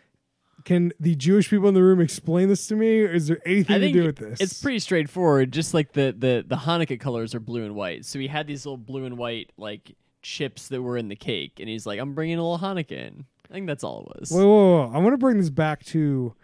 [SPEAKER 1] Can the Jewish people in the room explain this to me, or is there
[SPEAKER 3] I
[SPEAKER 1] anything to
[SPEAKER 3] think
[SPEAKER 1] do with this?
[SPEAKER 3] it's pretty straightforward. Just like the, the the Hanukkah colors are blue and white, so he had these little blue and white like chips that were in the cake, and he's like, "I'm bringing a little Hanukkah in." I think that's all it was.
[SPEAKER 1] Whoa, whoa, whoa. I want to bring this back to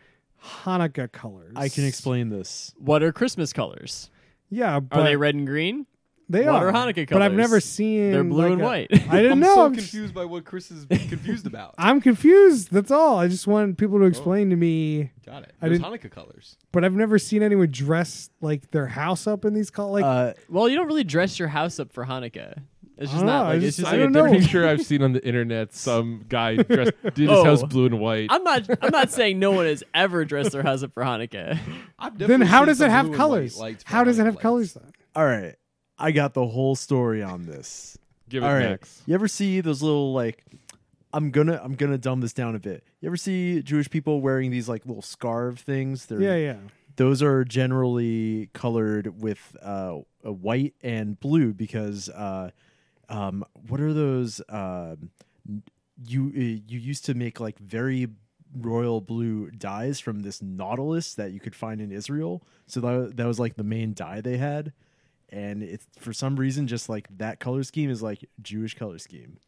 [SPEAKER 1] Hanukkah colors.
[SPEAKER 4] I can explain this.
[SPEAKER 3] What are Christmas colors?
[SPEAKER 1] Yeah,
[SPEAKER 3] Are
[SPEAKER 1] but
[SPEAKER 3] they red and green?
[SPEAKER 1] they
[SPEAKER 3] what
[SPEAKER 1] are
[SPEAKER 3] are Hanukkah
[SPEAKER 1] But I've
[SPEAKER 3] colors?
[SPEAKER 1] never seen.
[SPEAKER 3] They're blue
[SPEAKER 1] like
[SPEAKER 3] and
[SPEAKER 1] a-
[SPEAKER 3] white.
[SPEAKER 1] (laughs) I didn't
[SPEAKER 5] I'm
[SPEAKER 1] know.
[SPEAKER 5] so
[SPEAKER 1] I'm, just-
[SPEAKER 5] confused by what
[SPEAKER 1] (laughs)
[SPEAKER 5] Chris is confused about.
[SPEAKER 1] I'm confused. That's all. I just want people to explain to me.
[SPEAKER 5] Got it.
[SPEAKER 1] I
[SPEAKER 5] There's
[SPEAKER 1] didn't-
[SPEAKER 5] Hanukkah colors.
[SPEAKER 1] But I've never seen anyone dress like their house up in these colors. Like
[SPEAKER 4] Uh,
[SPEAKER 3] Well, you don't really dress your house up for Hanukkah. It's
[SPEAKER 1] I
[SPEAKER 3] just
[SPEAKER 1] don't
[SPEAKER 3] not
[SPEAKER 1] know,
[SPEAKER 3] like
[SPEAKER 1] Ah, I
[SPEAKER 3] it's
[SPEAKER 1] just-
[SPEAKER 3] just
[SPEAKER 1] I
[SPEAKER 3] like a
[SPEAKER 1] don't know.
[SPEAKER 3] different- (laughs)
[SPEAKER 2] Pretty sure I've seen on the internet some guy dressed did his
[SPEAKER 3] Oh.
[SPEAKER 2] house blue and white.
[SPEAKER 3] I'm not. I'm not saying no one has ever dressed their house up for Hanukkah.
[SPEAKER 5] I've
[SPEAKER 1] then
[SPEAKER 5] definitely
[SPEAKER 1] how
[SPEAKER 5] seen
[SPEAKER 1] does it
[SPEAKER 5] some
[SPEAKER 1] have
[SPEAKER 5] blue and white
[SPEAKER 1] colors?
[SPEAKER 5] lights for
[SPEAKER 1] How does it
[SPEAKER 5] Hanukkah
[SPEAKER 1] have
[SPEAKER 5] lights.
[SPEAKER 1] colors then?
[SPEAKER 4] all right. I got the whole story on this.
[SPEAKER 2] Give it
[SPEAKER 4] All right.
[SPEAKER 2] Max.
[SPEAKER 4] You ever see those little like I'm gonna I'm gonna dumb this down a bit. You ever see Jewish people wearing these like little scarf things? They're,
[SPEAKER 1] Yeah, yeah.
[SPEAKER 4] Those are generally colored with uh, a white and blue because uh, um, what are those? um you uh, you used to make like very royal blue dyes from this nautilus that you could find in Israel. So that, that was like the main dye they had. And it's for some reason just like that color scheme is like Jewish color scheme.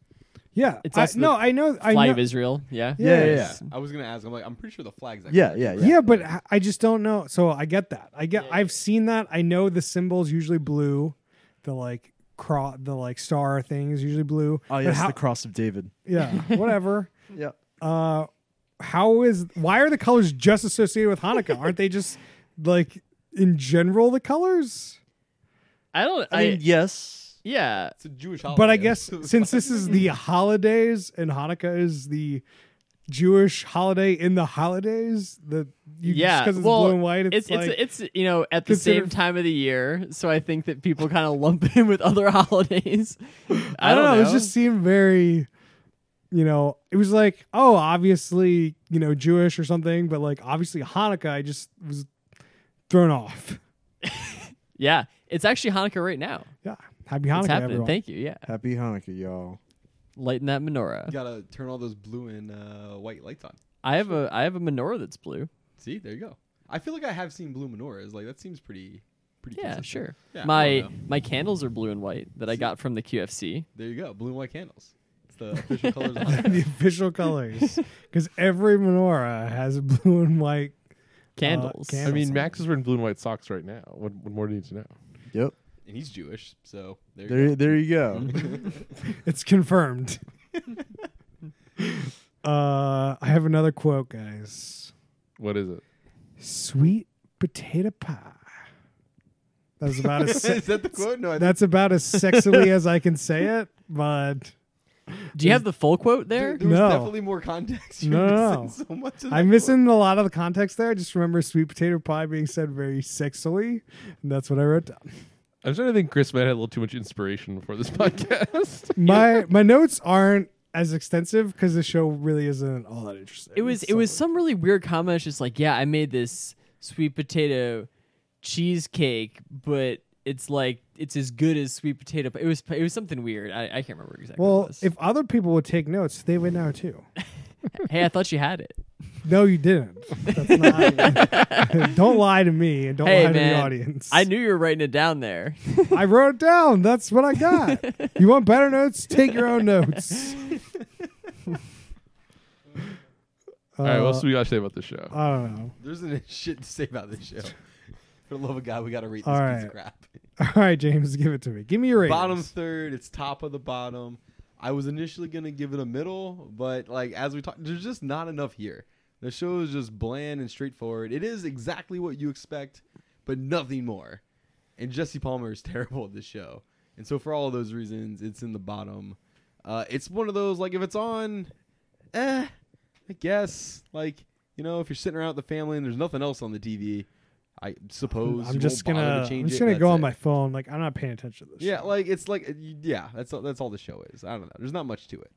[SPEAKER 1] Yeah.
[SPEAKER 3] It's
[SPEAKER 1] I,
[SPEAKER 3] also the
[SPEAKER 1] no, I know. (laughs) I
[SPEAKER 3] Flag
[SPEAKER 1] know.
[SPEAKER 3] of Israel. Yeah.
[SPEAKER 4] Yeah, yeah,
[SPEAKER 5] Yeah, I was gonna ask. I'm like, I'm pretty sure the flag's. that
[SPEAKER 4] Yeah,
[SPEAKER 5] color.
[SPEAKER 4] yeah, yeah.
[SPEAKER 1] yeah, but I- I just don't know. So I get that. I get.
[SPEAKER 3] Yeah,
[SPEAKER 1] I've seen that. I know the symbols usually blue. The like cro- the like star thing is usually blue.
[SPEAKER 4] Oh
[SPEAKER 1] But
[SPEAKER 4] yes,
[SPEAKER 1] how-
[SPEAKER 4] the cross of David.
[SPEAKER 1] (laughs) yeah, whatever.
[SPEAKER 4] Yeah.
[SPEAKER 1] Uh, how is why are the colors just associated with Hanukkah? Aren't they just like in general the colors?
[SPEAKER 3] I don't. I,
[SPEAKER 4] I mean, yes.
[SPEAKER 3] yeah.
[SPEAKER 5] It's a Jewish holiday.
[SPEAKER 1] But I guess
[SPEAKER 5] So it's
[SPEAKER 1] since
[SPEAKER 5] like-
[SPEAKER 1] this is the holidays and Hanukkah is the Jewish holiday in the holidays, that you
[SPEAKER 3] yeah.
[SPEAKER 1] because it's
[SPEAKER 3] well,
[SPEAKER 1] blue and white, it's,
[SPEAKER 3] it's,
[SPEAKER 1] like
[SPEAKER 3] it's you know at the
[SPEAKER 1] consider-
[SPEAKER 3] same time of the year, so I think that people kind of lump it in with other (laughs) holidays. I,
[SPEAKER 1] I don't know. It
[SPEAKER 3] know.
[SPEAKER 1] just seemed very, you know, it was like, oh, obviously, you know, Jewish or something, but like obviously Hanukkah. I just was thrown off. (laughs)
[SPEAKER 3] yeah. It's actually Hanukkah right now.
[SPEAKER 1] Yeah, happy
[SPEAKER 3] it's
[SPEAKER 1] Hanukkah,
[SPEAKER 3] happening.
[SPEAKER 1] everyone.
[SPEAKER 3] Thank you. Yeah.
[SPEAKER 4] Happy Hanukkah, y'all.
[SPEAKER 3] Lighten that menorah.
[SPEAKER 5] you gotta turn all those blue and uh, white lights on.
[SPEAKER 3] I have a I have a menorah that's blue.
[SPEAKER 5] See, there you go. I feel like I have seen blue menorahs. Like that seems pretty, pretty.
[SPEAKER 3] Yeah,
[SPEAKER 5] consistent.
[SPEAKER 3] sure.
[SPEAKER 5] Yeah, I
[SPEAKER 3] my
[SPEAKER 5] don't know.
[SPEAKER 3] my candles are blue and white that I got from the QFC.
[SPEAKER 1] Uh,
[SPEAKER 5] There you go. Blue and white candles. It's the official
[SPEAKER 1] (laughs)
[SPEAKER 5] colors. Of
[SPEAKER 1] the
[SPEAKER 3] (laughs)
[SPEAKER 5] Hanukkah.
[SPEAKER 1] official (laughs) colors, because every menorah has a blue and white.
[SPEAKER 3] Candles.
[SPEAKER 2] I
[SPEAKER 1] candles.
[SPEAKER 2] mean, Max is wearing blue and white socks right now. What, what more do you need to know?
[SPEAKER 4] Yep.
[SPEAKER 5] and he's Jewish, so there you
[SPEAKER 4] There
[SPEAKER 5] go.
[SPEAKER 4] there you go.
[SPEAKER 1] It's confirmed. (laughs) uh, I have another quote, guys.
[SPEAKER 2] What is it?
[SPEAKER 1] Sweet potato pie. That's about as (laughs)
[SPEAKER 5] (laughs) is that the quote? No, I think
[SPEAKER 1] That's about as sexily as I can say it, but
[SPEAKER 3] Do you have the full quote there?
[SPEAKER 5] There, there was
[SPEAKER 1] No.
[SPEAKER 5] definitely more context. (laughs) You're
[SPEAKER 1] No.
[SPEAKER 5] missing so much. of
[SPEAKER 1] I'm
[SPEAKER 5] that quote.
[SPEAKER 1] missing a lot of the context there. I just remember sweet potato pie being said very sexily, and that's what I wrote down.
[SPEAKER 2] I'm starting to think Chris might have had a little too much inspiration for this (laughs)
[SPEAKER 4] Uh,
[SPEAKER 2] podcast.
[SPEAKER 1] My
[SPEAKER 3] (laughs)
[SPEAKER 1] my notes aren't as extensive because the show really isn't all that interesting.
[SPEAKER 3] It was it was some really weird comment. It's just like, yeah, I made this sweet potato cheesecake, but it's like it's as good as sweet potato. But it was it was something weird. I, I can't remember exactly. what it
[SPEAKER 1] Well,
[SPEAKER 3] was.
[SPEAKER 1] if other people would take notes, they would know too.
[SPEAKER 3] hey, I thought you had it.
[SPEAKER 1] No, you didn't. That's
[SPEAKER 3] (laughs)
[SPEAKER 1] not, don't lie to me and don't
[SPEAKER 3] Hey
[SPEAKER 1] lie
[SPEAKER 3] man,
[SPEAKER 1] to the audience.
[SPEAKER 3] I knew you were writing it down there.
[SPEAKER 1] I wrote it down. That's what I got. you want better notes? Take your own
[SPEAKER 5] (laughs)
[SPEAKER 1] notes.
[SPEAKER 2] All right, what
[SPEAKER 1] Uh,
[SPEAKER 2] else do we got to say about the show?
[SPEAKER 1] I don't know.
[SPEAKER 5] There's an shit to say about this
[SPEAKER 1] (laughs)
[SPEAKER 5] show. For the love of God, we got to rate this
[SPEAKER 1] All
[SPEAKER 5] piece
[SPEAKER 1] right.
[SPEAKER 5] of crap.
[SPEAKER 1] All right, James, give it to me. Give me your ratings.
[SPEAKER 5] Bottom third, it's top of the bottom. I was initially gonna give it a middle, but like as we talked, there's just not enough here. The show is just bland and straightforward. It is exactly what you expect, but nothing more. And Jesse Palmer is (laughs) terrible at this show, and so for all of those reasons, it's in the bottom. Uh, it's one of those like if it's on, eh, I guess like you know if you're sitting around with the family and there's nothing else on the TV, I suppose
[SPEAKER 1] I'm
[SPEAKER 5] you
[SPEAKER 1] just
[SPEAKER 5] won't bother
[SPEAKER 1] gonna.
[SPEAKER 5] to change
[SPEAKER 1] I'm just
[SPEAKER 5] it,
[SPEAKER 1] gonna
[SPEAKER 5] that's
[SPEAKER 1] go on
[SPEAKER 5] it.
[SPEAKER 1] my phone. Like I'm not paying attention to this.
[SPEAKER 5] Yeah,
[SPEAKER 1] shit.
[SPEAKER 5] like it's like uh, y- yeah, that's all, that's all the show is. I don't know. There's not much to it.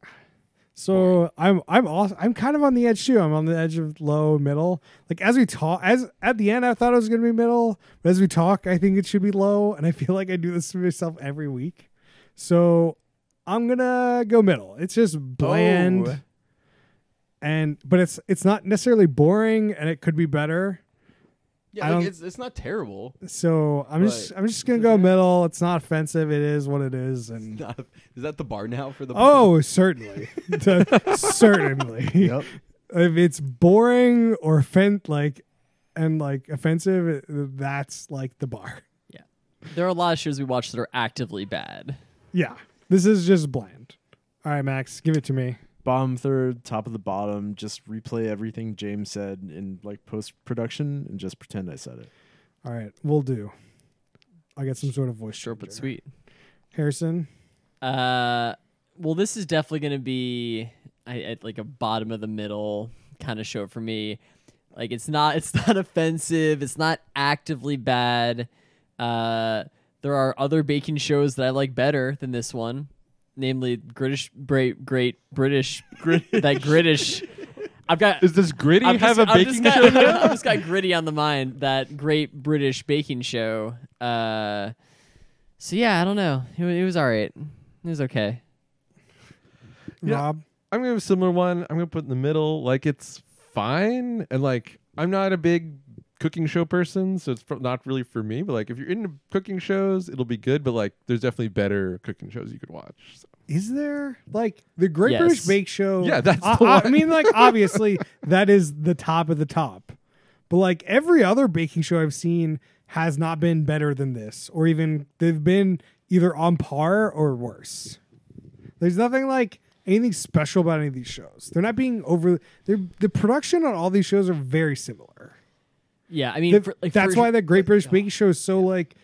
[SPEAKER 1] So I'm I'm also I'm kind of on the edge too. I'm on the edge of low middle. Like as we talk, as at the end, I thought it was gonna be middle, but as we talk, I think it should be low. And I (laughs) feel like I do this to myself every week. So I'm gonna go middle. It's just bland,
[SPEAKER 3] Oh.
[SPEAKER 1] and but it's it's not necessarily boring, and it could be better. I
[SPEAKER 5] Yeah, like,
[SPEAKER 1] don't-
[SPEAKER 5] it's it's not terrible.
[SPEAKER 1] So I'm just
[SPEAKER 5] Right.
[SPEAKER 1] I'm just gonna go middle. It's not offensive. It is what it is, and
[SPEAKER 5] (laughs) Not- is that the bar now for the?
[SPEAKER 1] Oh, certainly, (laughs) D- certainly.
[SPEAKER 4] (laughs) Yep.
[SPEAKER 1] If it's boring or offend like, and like offensive, it- that's like the bar. (laughs)
[SPEAKER 3] There are a lot of shows we watch that are actively bad.
[SPEAKER 1] Yeah, this is just bland. All right, Max, give it to me.
[SPEAKER 4] Bottom third, top of the bottom. Just replay everything James said in like post production and just pretend I said it.
[SPEAKER 1] All right, we'll do. I'll get some sort of voice.
[SPEAKER 3] Short but
[SPEAKER 1] changer.
[SPEAKER 3] sweet.
[SPEAKER 1] Harrison,
[SPEAKER 3] Uh, well, this is definitely going to be I, at like a bottom of the middle kind of show for me. Like it's not (laughs) it's not offensive. It's not actively bad. Uh, there are other baking shows that I like better than this one, namely British great great British that British. I've got
[SPEAKER 2] Is this gritty?
[SPEAKER 3] I've
[SPEAKER 2] have
[SPEAKER 3] just-
[SPEAKER 2] a
[SPEAKER 3] I've
[SPEAKER 2] baking
[SPEAKER 3] just
[SPEAKER 2] show?
[SPEAKER 3] got, (laughs) I've just got gritty on the mind. That great British baking show. Uh, so yeah, I don't know. It, wa- it was all right. It was okay.
[SPEAKER 2] Yeah.
[SPEAKER 1] Rob.
[SPEAKER 2] I'm gonna have a similar one. I'm gonna put in the middle. Like it's fine, and like I'm not a big cooking show person, so it's pro- not really for me. But like if you're into cooking shows, it'll be good. But like there's definitely better cooking shows you could watch. So.
[SPEAKER 1] Is there like the Great
[SPEAKER 3] Yes.
[SPEAKER 1] British Bake Show?
[SPEAKER 2] Yeah, that's
[SPEAKER 1] I,
[SPEAKER 2] the
[SPEAKER 1] I- I
[SPEAKER 2] one.
[SPEAKER 1] mean,
[SPEAKER 3] (laughs)
[SPEAKER 1] like obviously that is the top of the top, but like every other baking show I've seen has not been better than this, or even they've been either on par or worse. There's nothing like anything special about any of these shows. They're not being over. They're, the production on all these shows are very similar.
[SPEAKER 3] Yeah, I mean
[SPEAKER 1] The-
[SPEAKER 3] for, like,
[SPEAKER 1] that's
[SPEAKER 3] for-
[SPEAKER 1] why the Great British Baking Show is so like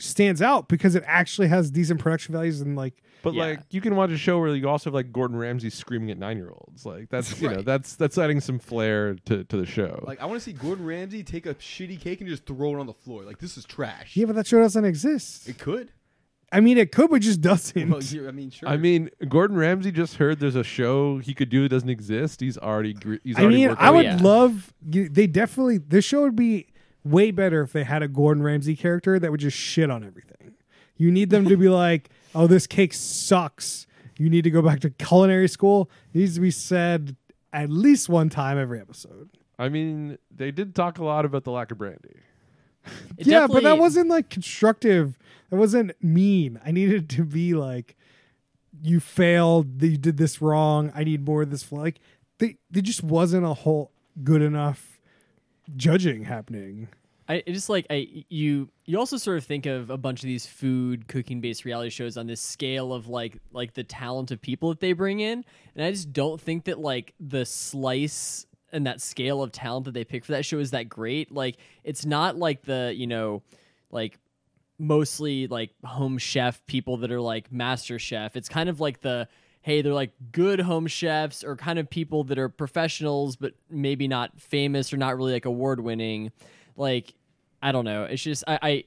[SPEAKER 1] stands out because it actually has decent production values and like
[SPEAKER 2] But
[SPEAKER 3] Yeah.
[SPEAKER 2] like you can watch a show where you also have like Gordon Ramsay screaming at nine year olds. Like that's you know
[SPEAKER 5] Right.
[SPEAKER 2] that's that's adding some flair to to the show.
[SPEAKER 5] Like I want to see Gordon Ramsay take a shitty cake and just throw it on the floor. Like this is trash.
[SPEAKER 1] Yeah, but that show doesn't exist.
[SPEAKER 5] It could.
[SPEAKER 1] I mean, it could, but it just doesn't.
[SPEAKER 5] Well, you- I mean, sure.
[SPEAKER 2] I mean, Gordon Ramsay just heard there's a show he could do that doesn't exist. He's already gr- he's
[SPEAKER 1] I
[SPEAKER 2] already
[SPEAKER 1] mean,
[SPEAKER 2] working
[SPEAKER 1] I
[SPEAKER 2] on
[SPEAKER 1] would
[SPEAKER 2] it.
[SPEAKER 3] yeah.
[SPEAKER 1] love. you- They definitely. This show would be way better if they had a Gordon Ramsay character that would just shit on everything. You need them to
[SPEAKER 5] (laughs)
[SPEAKER 1] be like, "Oh, this cake sucks. You need to go back to culinary school." It needs to be said at least one time every episode.
[SPEAKER 2] I mean, they did talk a lot about the lack of brandy.
[SPEAKER 3] it
[SPEAKER 1] yeah, but that
[SPEAKER 3] definitely-
[SPEAKER 1] wasn't like constructive. That wasn't mean. I needed it to be like, you failed. You did this wrong. I need more of this. fl-" Like, they, there just wasn't a whole good enough judging happening.
[SPEAKER 3] I it just like I you you also sort of think of a bunch of these food cooking based reality shows on this scale of like like the talent of people that they bring in, and I just don't think that like the slice and that scale of talent that they pick for that show is that great. Like it's not like the you know like mostly like home chef people that are like master chef. It's kind of like the hey, they're like good home chefs or kind of people that are professionals, but maybe not famous or not really like award winning. Like, I don't know. It's just, I, I,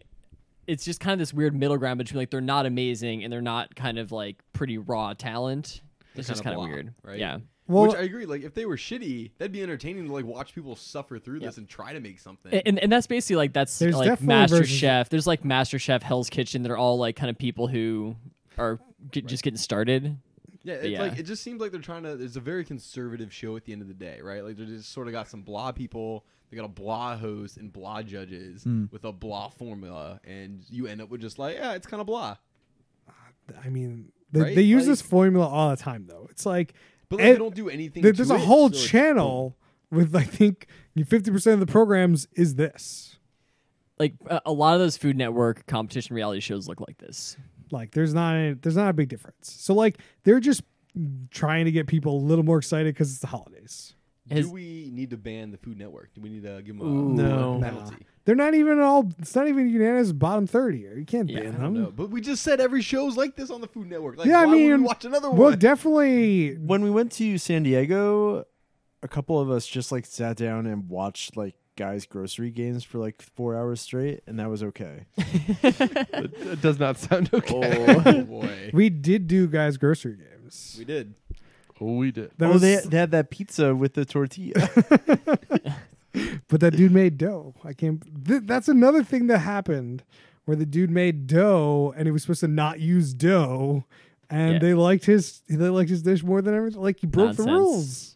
[SPEAKER 3] it's just kind of this weird middle ground between like they're not amazing and they're not kind of like pretty raw talent. It's
[SPEAKER 5] They're
[SPEAKER 3] just
[SPEAKER 5] kinda
[SPEAKER 3] kind of
[SPEAKER 5] blah,
[SPEAKER 3] weird.
[SPEAKER 5] right?
[SPEAKER 3] Yeah.
[SPEAKER 1] Well,
[SPEAKER 5] Which I agree. Like if they were shitty, that'd be entertaining to like watch people suffer through this and try to make something.
[SPEAKER 3] and, and that's basically like that's
[SPEAKER 1] There's
[SPEAKER 3] like
[SPEAKER 1] definitely
[SPEAKER 3] Master
[SPEAKER 1] versions-
[SPEAKER 3] Chef. There's like Master Chef, Hell's Kitchen. They're all like kind of people who are get, just getting started.
[SPEAKER 5] yeah, it's
[SPEAKER 3] yeah.
[SPEAKER 5] like it just seems like they're trying to. It's a very conservative show at the end of the day, right? Like they just sort of got some blah people. They got a blah host and blah judges
[SPEAKER 1] Hmm.
[SPEAKER 5] with a blah formula, and you end up with just like, yeah, it's kind of blah.
[SPEAKER 1] I mean, they,
[SPEAKER 5] Right?
[SPEAKER 1] they use
[SPEAKER 5] Like-
[SPEAKER 1] this formula all the time, though. It's like,
[SPEAKER 5] But like,
[SPEAKER 1] ev-
[SPEAKER 5] they don't do anything.
[SPEAKER 1] there- there's
[SPEAKER 5] to
[SPEAKER 1] a
[SPEAKER 5] it,
[SPEAKER 1] whole
[SPEAKER 5] so it's-
[SPEAKER 1] channel with I think 50 percent of the programs is this.
[SPEAKER 3] Like a, a lot of those Food Network competition reality shows look like this.
[SPEAKER 1] Like, there's not a, there's not a big difference. So like, they're just trying to get people a little more excited because it's the holidays.
[SPEAKER 3] Has-
[SPEAKER 5] Do we need to ban the Food Network? Do we need to give them a
[SPEAKER 3] Ooh.
[SPEAKER 5] no.
[SPEAKER 1] Nah.
[SPEAKER 5] penalty?
[SPEAKER 1] They're not even all. It's not even unanimous bottom thirty. You can't
[SPEAKER 3] Yeah,
[SPEAKER 1] ban
[SPEAKER 3] I
[SPEAKER 1] them.
[SPEAKER 5] No, but we just said every show's like this on the Food Network. Like,
[SPEAKER 1] Yeah, I
[SPEAKER 5] why would
[SPEAKER 1] mean,
[SPEAKER 5] we watch another
[SPEAKER 1] Well,
[SPEAKER 5] one.
[SPEAKER 1] definitely.
[SPEAKER 4] When we went to San Diego, a couple of us just like sat down and watched like guys' grocery games for like four hours straight, and that was okay.
[SPEAKER 2] That that does not sound (laughs) okay.
[SPEAKER 5] (laughs) oh
[SPEAKER 1] (laughs)
[SPEAKER 5] boy,
[SPEAKER 1] We did do guys grocery games.
[SPEAKER 5] we did.
[SPEAKER 2] Oh, we did.
[SPEAKER 1] That
[SPEAKER 4] oh,
[SPEAKER 1] was,
[SPEAKER 4] they, they had that pizza with the tortilla.
[SPEAKER 1] but that dude made dough. I can't. Th- that's another thing that happened where the dude made dough and he was supposed to not use dough, and
[SPEAKER 3] Yeah.
[SPEAKER 1] they liked his they liked his dish more than everything. Like he broke the
[SPEAKER 3] Nonsense.
[SPEAKER 1] rules.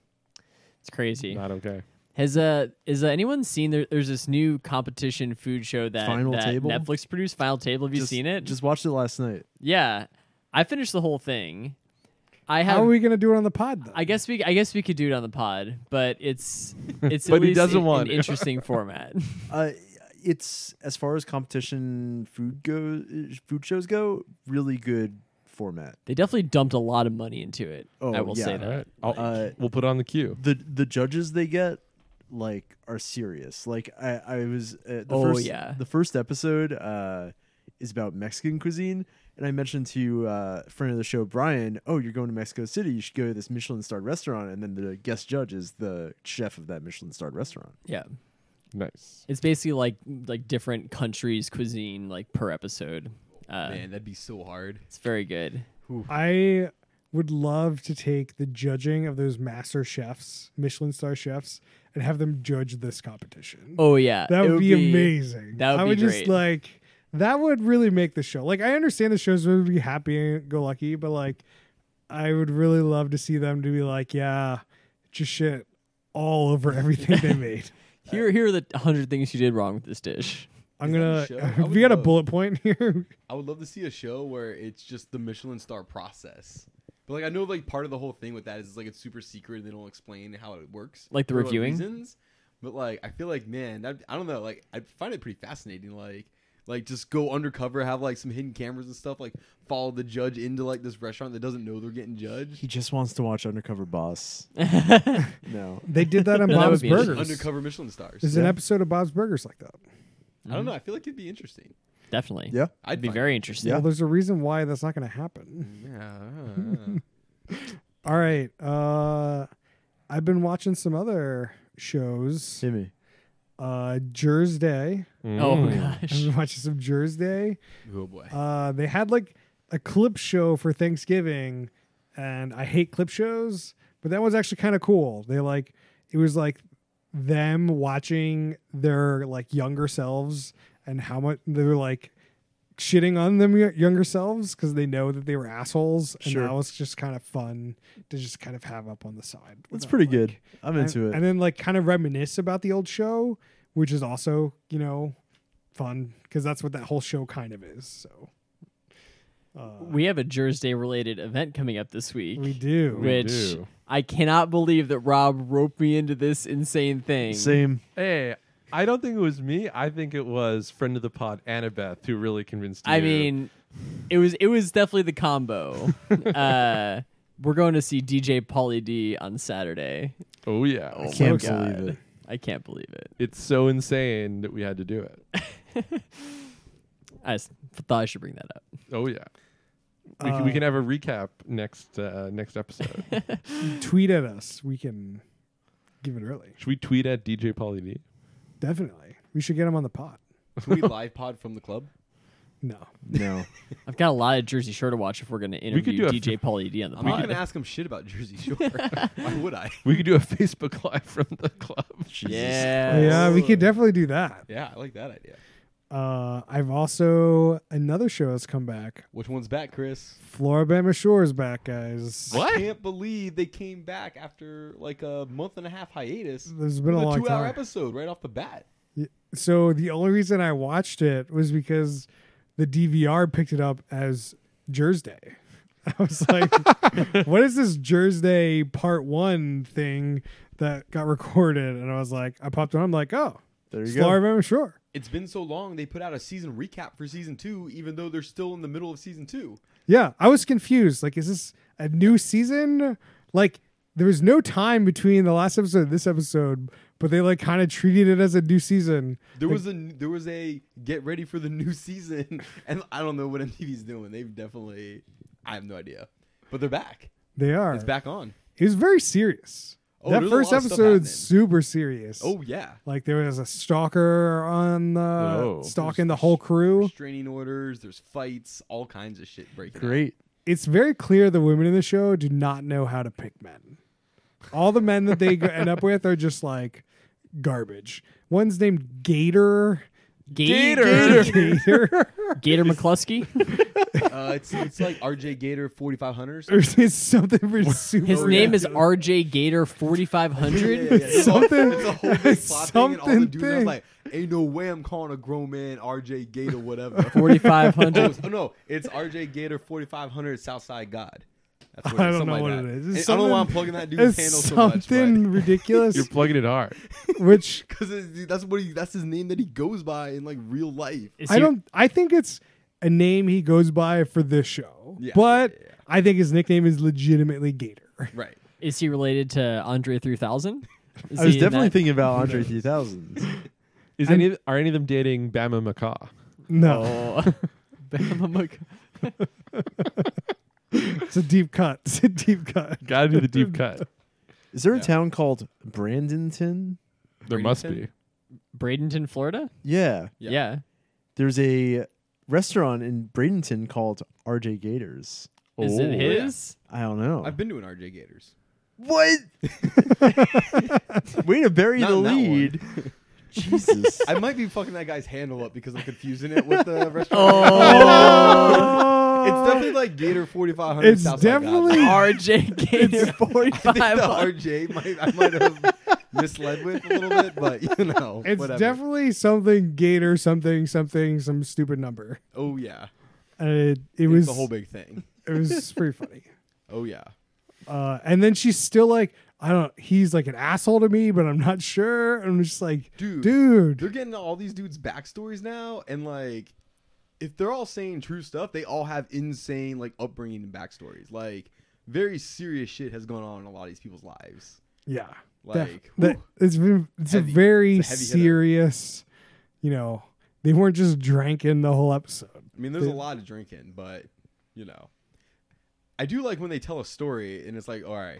[SPEAKER 3] It's crazy.
[SPEAKER 2] Not okay.
[SPEAKER 3] Has uh is uh, anyone seen there, there's this new competition food show that,
[SPEAKER 4] Final
[SPEAKER 3] that
[SPEAKER 4] Table?
[SPEAKER 3] Netflix produced Final Table. Have
[SPEAKER 4] (laughs)
[SPEAKER 3] you
[SPEAKER 4] Just-
[SPEAKER 3] seen it?
[SPEAKER 4] Just watched it last night.
[SPEAKER 3] yeah, I finished the whole thing. I have.
[SPEAKER 1] How are we gonna do it on the pod? Though?
[SPEAKER 3] I guess we I guess we could do it on the pod, but it's it's at
[SPEAKER 2] But he
[SPEAKER 3] least
[SPEAKER 2] doesn't
[SPEAKER 3] an-
[SPEAKER 2] want
[SPEAKER 3] an
[SPEAKER 2] to.
[SPEAKER 3] interesting format. (laughs)
[SPEAKER 4] Uh, it's as far as competition food go, uh, food shows go, really good format.
[SPEAKER 3] They definitely dumped a lot of money into it.
[SPEAKER 4] Oh,
[SPEAKER 3] I will
[SPEAKER 4] yeah.
[SPEAKER 3] say
[SPEAKER 2] All
[SPEAKER 3] that.
[SPEAKER 2] right. I'll,
[SPEAKER 4] Uh,
[SPEAKER 2] we'll put it on the queue.
[SPEAKER 4] The the judges they get like are serious. Like I I was uh, the
[SPEAKER 3] Oh,
[SPEAKER 4] first
[SPEAKER 3] yeah.
[SPEAKER 4] the first episode uh is about Mexican cuisine. And I mentioned to uh, a friend of the show, Brian, oh, you're going to Mexico City. You should go to this Michelin starred restaurant. And then the guest judge is the chef of that Michelin starred restaurant.
[SPEAKER 3] Yeah.
[SPEAKER 2] Nice.
[SPEAKER 3] It's basically like like different countries' cuisine like per episode. Uh,
[SPEAKER 5] Man, that'd be so hard.
[SPEAKER 3] it's very good.
[SPEAKER 1] I would love to take the judging of those master chefs, Michelin star chefs, and have them judge this competition.
[SPEAKER 3] Oh yeah,
[SPEAKER 1] that
[SPEAKER 3] it
[SPEAKER 1] would, be, amazing.
[SPEAKER 3] that would
[SPEAKER 1] I
[SPEAKER 3] be
[SPEAKER 1] would
[SPEAKER 3] great.
[SPEAKER 1] just like that would really make the show. Like I understand the show's supposed to be happy go lucky, but like I would really love to see them to be like, yeah, just shit all over everything they made.
[SPEAKER 3] Here here are the hundred things you did wrong with this dish.
[SPEAKER 1] I'm
[SPEAKER 5] Is
[SPEAKER 1] gonna. (laughs)
[SPEAKER 5] that a show? I
[SPEAKER 1] we
[SPEAKER 5] would
[SPEAKER 1] got a
[SPEAKER 5] love-
[SPEAKER 1] bullet point (laughs) here.
[SPEAKER 5] I would love to see a show where it's just the Michelin star process. But like I know like part of the whole thing with that is like it's super secret and they don't explain how it works.
[SPEAKER 3] Like the
[SPEAKER 5] for,
[SPEAKER 3] reviewing?
[SPEAKER 5] reasons. But like I feel like man, that, I don't know, like I find it pretty fascinating like like just go undercover, have like some hidden cameras and stuff, like follow the judge into like this restaurant that doesn't know they're getting judged.
[SPEAKER 4] He just wants to watch Undercover
[SPEAKER 3] (laughs)
[SPEAKER 4] Boss. no.
[SPEAKER 1] They did (laughs) that on
[SPEAKER 3] That would
[SPEAKER 1] Bob's
[SPEAKER 3] be
[SPEAKER 5] Just
[SPEAKER 1] Burgers.
[SPEAKER 5] undercover Michelin stars.
[SPEAKER 1] There's an episode of Bob's Burgers like that.
[SPEAKER 5] I don't know, I feel like it'd be interesting.
[SPEAKER 3] Definitely.
[SPEAKER 4] Yeah.
[SPEAKER 5] I'd
[SPEAKER 3] It'd be
[SPEAKER 5] find
[SPEAKER 3] very interesting.
[SPEAKER 1] Well, there's a reason why that's not going to happen.
[SPEAKER 5] it. Yeah, uh,
[SPEAKER 1] All right. Uh, I've been watching some other shows.
[SPEAKER 4] Timmy.
[SPEAKER 1] Uh, Jur's Day.
[SPEAKER 3] Oh
[SPEAKER 1] (laughs)
[SPEAKER 4] (laughs)
[SPEAKER 2] Mm.
[SPEAKER 1] I've
[SPEAKER 3] gosh.
[SPEAKER 1] been watching some Jur's Day.
[SPEAKER 3] (laughs)
[SPEAKER 5] oh boy.
[SPEAKER 1] Uh, they had like a clip show for Thanksgiving, and I hate clip shows, but that was actually kind of cool. They like it was like them watching their like younger selves and how much they were like shitting on them y- younger selves because they know that they were assholes, and
[SPEAKER 4] Sure.
[SPEAKER 1] that was just kind of fun to just kind of have up on the side.
[SPEAKER 4] That's
[SPEAKER 1] without,
[SPEAKER 4] pretty
[SPEAKER 1] like-
[SPEAKER 4] good. I'm
[SPEAKER 1] and-
[SPEAKER 4] into it.
[SPEAKER 1] And then like kind of reminisce about the old show, which is also, you know, fun because that's what that whole show kind of is. So
[SPEAKER 3] We have a Jurors Day related event coming up this week.
[SPEAKER 1] we do.
[SPEAKER 2] We
[SPEAKER 3] Which
[SPEAKER 2] do.
[SPEAKER 3] I cannot believe that Rob roped me into this insane thing.
[SPEAKER 4] Same.
[SPEAKER 2] Hey, I don't think it was me. I think it was friend of the pod, Annabeth, who really convinced you.
[SPEAKER 3] I mean, it was it was definitely the combo. uh, we're going to see DJ Pauly D on Saturday.
[SPEAKER 2] oh yeah,
[SPEAKER 4] I can't
[SPEAKER 1] my
[SPEAKER 4] believe
[SPEAKER 3] God.
[SPEAKER 4] it.
[SPEAKER 3] I can't believe it.
[SPEAKER 2] it's so insane that we had to do it.
[SPEAKER 3] I just thought I should bring that up.
[SPEAKER 2] Oh yeah, We, can, we can have a recap next uh, next episode.
[SPEAKER 1] Tweet at us. We can give it early.
[SPEAKER 2] Should we tweet at DJ Pauly D?
[SPEAKER 1] Definitely. We should get him on the pot.
[SPEAKER 5] Can we live pod from
[SPEAKER 3] (laughs)
[SPEAKER 5] the club?
[SPEAKER 1] No.
[SPEAKER 4] No.
[SPEAKER 3] I've got a lot of Jersey Shore to watch if we're going to
[SPEAKER 2] could
[SPEAKER 3] interview
[SPEAKER 2] do a-
[SPEAKER 3] DJ Pauly D on the
[SPEAKER 5] I'm not
[SPEAKER 3] pod.
[SPEAKER 5] gonna ask him shit about
[SPEAKER 3] (laughs)
[SPEAKER 5] Jersey Shore. Why would I?
[SPEAKER 2] We could do a (laughs) Facebook live from the club.
[SPEAKER 3] yeah.
[SPEAKER 1] Yeah, we could definitely do that.
[SPEAKER 5] Yeah, I like that idea.
[SPEAKER 1] Uh, I've also another show has come back.
[SPEAKER 5] Which one's back, Chris?
[SPEAKER 1] Floribama Shore is back, guys.
[SPEAKER 2] What?
[SPEAKER 5] I can't believe they came back after like a month and a half hiatus.
[SPEAKER 1] There's been a
[SPEAKER 5] with
[SPEAKER 1] long
[SPEAKER 5] two-hour
[SPEAKER 1] time.
[SPEAKER 5] episode right off the bat.
[SPEAKER 1] So the only reason I watched it was because the DVR picked it up as Jersey. (laughs) I was
[SPEAKER 5] (laughs)
[SPEAKER 1] like, what is this Jersey part one thing that got recorded? And I was like, I popped on. I'm like, oh,
[SPEAKER 4] There you go.
[SPEAKER 1] Floribama Shore.
[SPEAKER 5] It's been so long they put out a season recap for season two, even though they're still in the middle of season two.
[SPEAKER 1] Yeah, I was confused. Like, is this a new season? Like, there was no time between the last episode and this episode, but they like kind of treated it as a new season.
[SPEAKER 5] There was a there was a get ready for the (laughs) new season, and I don't know what (laughs) MTV's doing. They've definitely I have no idea, but they're back.
[SPEAKER 1] They are.
[SPEAKER 5] It's back on.
[SPEAKER 1] It was very serious.
[SPEAKER 5] Oh,
[SPEAKER 1] that
[SPEAKER 5] there's a
[SPEAKER 1] first
[SPEAKER 5] lot of stuff
[SPEAKER 1] episode's
[SPEAKER 5] happening.
[SPEAKER 1] super serious.
[SPEAKER 5] Oh yeah,
[SPEAKER 1] Like there was a stalker on the
[SPEAKER 2] Whoa.
[SPEAKER 1] stalking the whole crew.
[SPEAKER 5] restraining orders. There's fights, all kinds of shit breaking. out.
[SPEAKER 4] Great.
[SPEAKER 1] It's very clear the women in the show do not know how to pick men. All the men that they go- end up with are just like garbage. One's named Gator.
[SPEAKER 3] Gator.
[SPEAKER 5] (laughs)
[SPEAKER 1] Gator.
[SPEAKER 3] (laughs) Gator McCluskey.
[SPEAKER 5] Uh, it's it's like RJ
[SPEAKER 1] (laughs)
[SPEAKER 5] Gator 4500 or something.
[SPEAKER 1] it's something for super.
[SPEAKER 5] Oh,
[SPEAKER 3] His name is RJ Gator 4500.
[SPEAKER 5] (laughs) It's a whole- It's a whole big plot thing, and all the
[SPEAKER 1] something
[SPEAKER 5] dudes are
[SPEAKER 1] thing.
[SPEAKER 5] like, "Ain't no way I'm calling a grown man RJ Gator whatever." oh, (laughs)
[SPEAKER 3] 4500.
[SPEAKER 5] it's- oh, no, it's RJ Gator 4500 Southside God. That's
[SPEAKER 1] I don't
[SPEAKER 5] something
[SPEAKER 1] know
[SPEAKER 5] like
[SPEAKER 1] what
[SPEAKER 5] that.
[SPEAKER 1] it is.
[SPEAKER 5] And
[SPEAKER 1] It's
[SPEAKER 5] I don't know why I'm
[SPEAKER 1] something-
[SPEAKER 5] plugging that
[SPEAKER 1] it's
[SPEAKER 5] dude's handle so much,
[SPEAKER 1] something ridiculous.
[SPEAKER 2] You're plugging it hard.
[SPEAKER 1] (laughs) which
[SPEAKER 5] because that's what he that's his name that he goes by in like real life.
[SPEAKER 3] Is
[SPEAKER 1] I
[SPEAKER 3] he-
[SPEAKER 1] don't. I think it's a name he goes by for this show,
[SPEAKER 5] Yeah,
[SPEAKER 1] but
[SPEAKER 5] yeah, yeah.
[SPEAKER 1] I think his nickname is legitimately Gator.
[SPEAKER 5] Right.
[SPEAKER 3] Is he related to Andre 3000? Is
[SPEAKER 4] I was
[SPEAKER 3] he in
[SPEAKER 4] definitely
[SPEAKER 3] that?
[SPEAKER 4] thinking
[SPEAKER 3] (laughs)
[SPEAKER 4] about Andre 3000.
[SPEAKER 2] Is
[SPEAKER 1] I'm-
[SPEAKER 2] any are any of them dating Bama Macaw?
[SPEAKER 1] No,
[SPEAKER 3] Oh. Bama Mc-
[SPEAKER 1] it's a deep cut. (laughs) It's a deep cut.
[SPEAKER 2] Got to do the deep cut.
[SPEAKER 4] Is there a
[SPEAKER 5] Yeah.
[SPEAKER 4] town called Brandonton?
[SPEAKER 2] There must
[SPEAKER 5] Bradenton?
[SPEAKER 2] be.
[SPEAKER 3] (laughs) Bradenton, Florida?
[SPEAKER 4] Yeah.
[SPEAKER 5] Yeah.
[SPEAKER 3] Yeah.
[SPEAKER 4] There's a restaurant in Bradenton called RJ Gators.
[SPEAKER 3] Is it
[SPEAKER 2] Oh.
[SPEAKER 3] his?
[SPEAKER 4] I don't know.
[SPEAKER 5] I've been to an RJ Gators.
[SPEAKER 4] what? Way to bury
[SPEAKER 5] Not
[SPEAKER 4] the
[SPEAKER 5] in that one.
[SPEAKER 4] lead. Jesus.
[SPEAKER 5] I might be fucking that guy's handle up because I'm confusing it
[SPEAKER 1] (laughs)
[SPEAKER 5] with the restaurant. It's definitely like Gator 4500
[SPEAKER 1] Oh. It's
[SPEAKER 5] Southside God.
[SPEAKER 1] definitely-
[SPEAKER 3] RJ Gator
[SPEAKER 5] I think the
[SPEAKER 3] 4500.
[SPEAKER 5] RJ might, I might have misled with a little bit,
[SPEAKER 1] (laughs)
[SPEAKER 5] but you know,
[SPEAKER 1] It's
[SPEAKER 5] whatever.
[SPEAKER 1] definitely something Gator, something, something, some stupid number.
[SPEAKER 5] oh yeah,
[SPEAKER 1] And it, it
[SPEAKER 5] it
[SPEAKER 1] was
[SPEAKER 5] was the whole big thing.
[SPEAKER 1] it was (laughs) pretty funny.
[SPEAKER 5] Oh yeah,
[SPEAKER 1] Uh, and then she's still like, I don't. He's like an asshole to me, but I'm not sure. I'm just like,
[SPEAKER 5] Dude.
[SPEAKER 1] dude.
[SPEAKER 5] they're getting all these dudes' backstories now, and like, if they're all saying true stuff, they all have insane like upbringing and backstories. Like, very serious shit has gone on in a lot of these people's lives.
[SPEAKER 1] Yeah.
[SPEAKER 5] Like,
[SPEAKER 1] Def- that- it's been it's
[SPEAKER 5] Heavy.
[SPEAKER 1] a very
[SPEAKER 5] It's a heavy hitter.
[SPEAKER 1] serious, you know, they weren't just drinking the whole episode.
[SPEAKER 5] I mean, there's a
[SPEAKER 1] They-
[SPEAKER 5] lot of drinking, but you know, I do like when they tell a story and it's like, all right,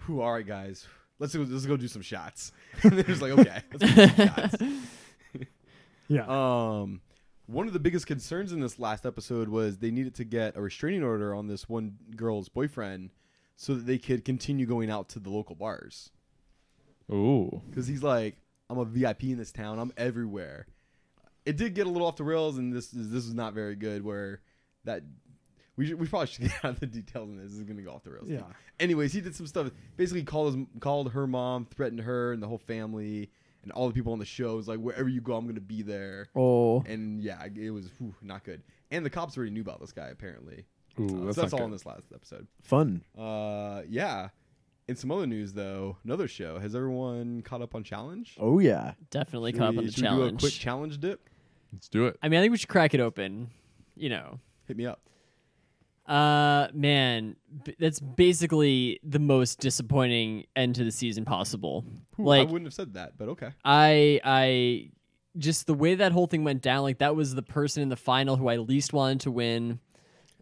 [SPEAKER 5] who, all right, guys, let's go, let's go do some shots. (laughs) and they're just like, okay, let's go do
[SPEAKER 1] (laughs)
[SPEAKER 5] some shots.
[SPEAKER 1] Yeah.
[SPEAKER 5] Um, one of the biggest concerns in this last episode was they needed to get a restraining order on this one girl's boyfriend so that they could continue going out to the local bars
[SPEAKER 2] Ooh.
[SPEAKER 5] because he's like, I'm a VIP in this town. I'm everywhere. It did get a little off the rails, and this is this is not very good. Where that we should, we probably should (laughs) get out of the details in this. This is gonna go off the rails.
[SPEAKER 1] Yeah.
[SPEAKER 5] Anyways, he did some stuff. Basically, called his called her mom, threatened her and the whole family, and all the people on the show. Is like, wherever you go, I'm gonna be there.
[SPEAKER 3] Oh.
[SPEAKER 5] And yeah, it was whew, not good. And the cops already knew about this guy apparently.
[SPEAKER 2] Ooh,
[SPEAKER 5] Uh,
[SPEAKER 2] that's,
[SPEAKER 5] so that's all
[SPEAKER 2] not
[SPEAKER 5] in
[SPEAKER 2] good.
[SPEAKER 5] this last episode.
[SPEAKER 4] (laughs) Fun.
[SPEAKER 5] Uh, yeah. In some other news, though, another show. Has everyone caught up on Challenge?
[SPEAKER 4] Oh, yeah.
[SPEAKER 3] Definitely
[SPEAKER 5] Should
[SPEAKER 3] caught up
[SPEAKER 5] we-
[SPEAKER 3] on the
[SPEAKER 5] should we do
[SPEAKER 3] challenge.
[SPEAKER 5] a quick challenge dip.
[SPEAKER 2] Let's do it.
[SPEAKER 3] I mean, I think we should crack it open. You know.
[SPEAKER 5] Hit me up.
[SPEAKER 3] Uh, man, b- that's basically the most disappointing end to the season possible.
[SPEAKER 5] Whew,
[SPEAKER 3] like,
[SPEAKER 5] I wouldn't have said that, but okay.
[SPEAKER 3] I I just the way that whole thing went down, like that was the person in the final who I least wanted to win.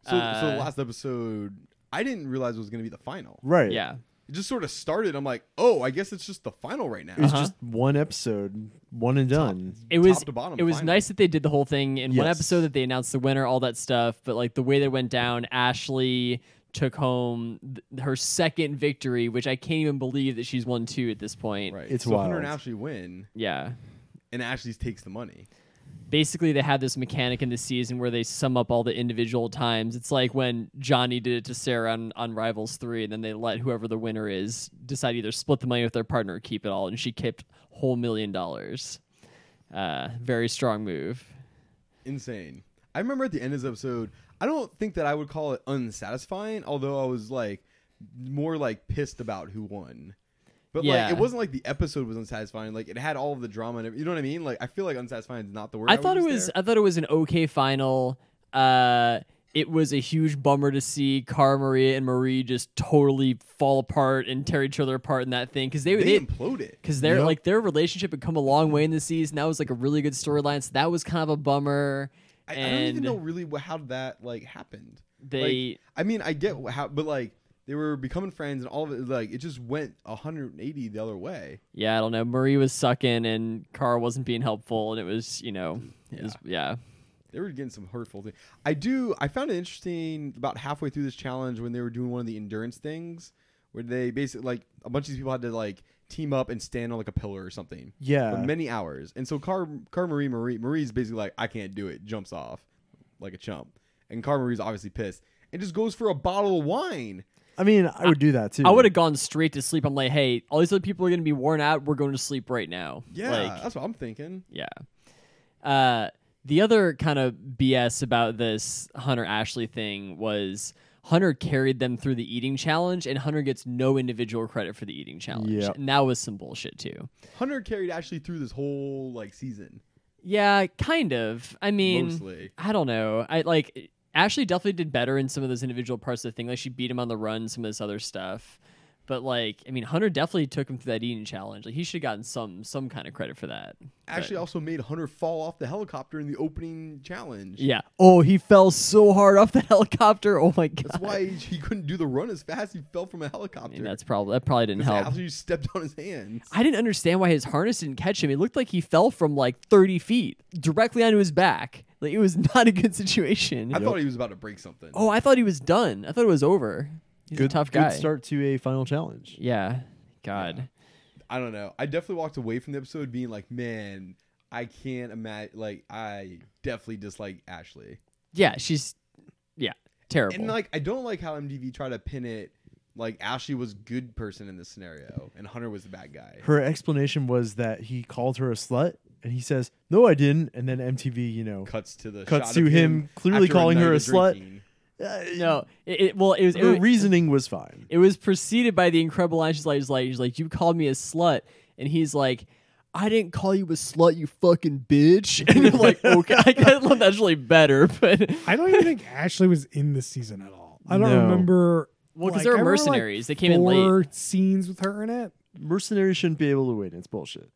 [SPEAKER 5] So, so the
[SPEAKER 3] Uh,
[SPEAKER 5] last episode, I didn't realize it was going to be the final.
[SPEAKER 4] Right.
[SPEAKER 3] Yeah.
[SPEAKER 5] It just sort of started. I'm like, oh, I guess it's just the final right now.
[SPEAKER 4] It was
[SPEAKER 3] Uh-huh.
[SPEAKER 4] just one episode, one and done.
[SPEAKER 3] It was
[SPEAKER 5] top to bottom,
[SPEAKER 3] it was
[SPEAKER 5] final.
[SPEAKER 3] nice that they did the whole thing in one
[SPEAKER 4] Yes.
[SPEAKER 3] episode that they announced the winner, all that stuff. But like the way that went down, Ashley took home th- her second victory, which I can't even believe that she's won two at this point.
[SPEAKER 5] Right.
[SPEAKER 4] It's
[SPEAKER 5] so Hunter and
[SPEAKER 4] wild.
[SPEAKER 5] Ashley win,
[SPEAKER 3] Yeah.
[SPEAKER 5] and Ashley takes the money.
[SPEAKER 3] basically they had this mechanic in the season where they sum up all the individual times. It's like when Johnny did it to Sarah on, on Rivals 3, and then they let whoever the winner is decide either split the money with their partner or keep it all, and she kept whole million dollars. Uh, very strong move.
[SPEAKER 5] Insane. I remember at the end of this episode, I don't think that I would call it unsatisfying, although I was like more like pissed about who won. But
[SPEAKER 3] Yeah.
[SPEAKER 5] like it wasn't like the episode was unsatisfying. Like it had all of the drama and every- you know what I mean? Like I feel like unsatisfying is not the word.
[SPEAKER 3] I
[SPEAKER 5] would
[SPEAKER 3] thought it
[SPEAKER 5] use
[SPEAKER 3] was
[SPEAKER 5] there.
[SPEAKER 3] I thought it was an okay final. Uh, it was a huge bummer to see Car Maria and Marie just totally fall apart and tear each other apart in that thing because uh, they,
[SPEAKER 5] they
[SPEAKER 3] they
[SPEAKER 5] imploded.
[SPEAKER 3] because their
[SPEAKER 4] Yep.
[SPEAKER 3] like their relationship had come a long way in the season. That was like a really good storyline. So that was kind of a bummer.
[SPEAKER 5] I, I
[SPEAKER 3] and
[SPEAKER 5] don't even know really wh- how that like happened.
[SPEAKER 3] They-
[SPEAKER 5] like, I mean, I get wh- how, but like they were becoming friends and all of it. Like it just went 180 the other way.
[SPEAKER 3] yeah, I don't know. Marie was sucking, and Carl wasn't being helpful, and it was you know, it was, yeah.
[SPEAKER 5] They were getting some hurtful things. I do. I found it interesting about halfway through this challenge when they were doing one of the endurance things, where they basically like a bunch of these people had to like team up and stand on like a pillar or something.
[SPEAKER 4] Yeah.
[SPEAKER 5] for many hours. And so Car Car Marie Marie Marie's basically like, I can't do it. Jumps off like a chump, and Car Marie's obviously pissed and just goes for a bottle of wine.
[SPEAKER 4] I mean, I would do that too.
[SPEAKER 3] I would have gone straight to sleep. I'm like, hey, all these other people are gonna be worn out. We're going to sleep right now.
[SPEAKER 5] Yeah,
[SPEAKER 3] Like,
[SPEAKER 5] that's what I'm thinking.
[SPEAKER 3] Yeah. Uh, the other kind of BS about this Hunter Ashley thing was Hunter carried them through the eating challenge, and Hunter gets no individual credit for the eating challenge.
[SPEAKER 4] Yep.
[SPEAKER 3] And that was some bullshit, too.
[SPEAKER 5] Hunter carried Ashley through this whole like season.
[SPEAKER 3] Yeah, kind of. I mean,
[SPEAKER 5] Mostly.
[SPEAKER 3] I don't know. I like Ashley definitely did better in some of those individual parts of the thing. Like she beat him on the run, some of this other stuff. But like, I mean, Hunter definitely took him through that eating challenge. Like he should have gotten some some kind of credit for that.
[SPEAKER 5] Ashley also made Hunter fall off the helicopter in the opening challenge.
[SPEAKER 3] Yeah. Oh, he fell so hard off the (laughs) helicopter. Oh my god.
[SPEAKER 5] That's why he couldn't do the run as fast. He fell from a
[SPEAKER 3] I
[SPEAKER 5] helicopter.
[SPEAKER 3] mean, that's probably that probably didn't
[SPEAKER 5] Because
[SPEAKER 3] help.
[SPEAKER 5] Ashley stepped on his hands.
[SPEAKER 3] I didn't understand why his harness didn't catch him. It looked like he fell from like 30 feet directly onto his back. Like it was (laughs) not a good situation.
[SPEAKER 5] I thought he was about to break something.
[SPEAKER 3] oh, I thought he was done. I thought it was over. He's
[SPEAKER 4] good,
[SPEAKER 3] a tough
[SPEAKER 4] good
[SPEAKER 3] guy.
[SPEAKER 4] start to a final challenge.
[SPEAKER 3] Yeah. God.
[SPEAKER 5] I don't know. I definitely walked away from the episode being like, man, I can't imagine. Like, I definitely dislike Ashley,
[SPEAKER 3] Yeah, she's yeah, terrible.
[SPEAKER 5] and like, I don't like how MTV tried to pin it. Like, Ashley was good person in this scenario, and Hunter was the bad guy.
[SPEAKER 4] Her explanation was that he called her a slut, and he says, "No, I didn't." And then MTV, you know,
[SPEAKER 5] Cuts to the
[SPEAKER 4] Cuts
[SPEAKER 5] shot
[SPEAKER 4] to
[SPEAKER 5] of
[SPEAKER 4] him clearly
[SPEAKER 5] after
[SPEAKER 4] calling
[SPEAKER 5] night
[SPEAKER 4] her
[SPEAKER 5] of
[SPEAKER 4] a slut.
[SPEAKER 5] drinking.
[SPEAKER 4] uh,
[SPEAKER 3] no, it, it- well, it was, it,
[SPEAKER 4] her
[SPEAKER 3] was
[SPEAKER 4] reasoning was fine.
[SPEAKER 3] it was preceded by the incredible line. She's like, she's like, she's like, you called me a slut, and he's like, I didn't call you a slut, you fucking bitch. (laughs) And you're like, okay, I guess that's really better, (laughs) but
[SPEAKER 1] I don't even think Ashley was in this season at all. I don't
[SPEAKER 4] No.
[SPEAKER 1] remember.
[SPEAKER 3] Well, 'cause
[SPEAKER 1] like,
[SPEAKER 3] they were
[SPEAKER 1] I remember, like,
[SPEAKER 3] mercenaries. They came in late.
[SPEAKER 1] four scenes with her in it.
[SPEAKER 4] Mercenaries shouldn't be able to win. It's bullshit.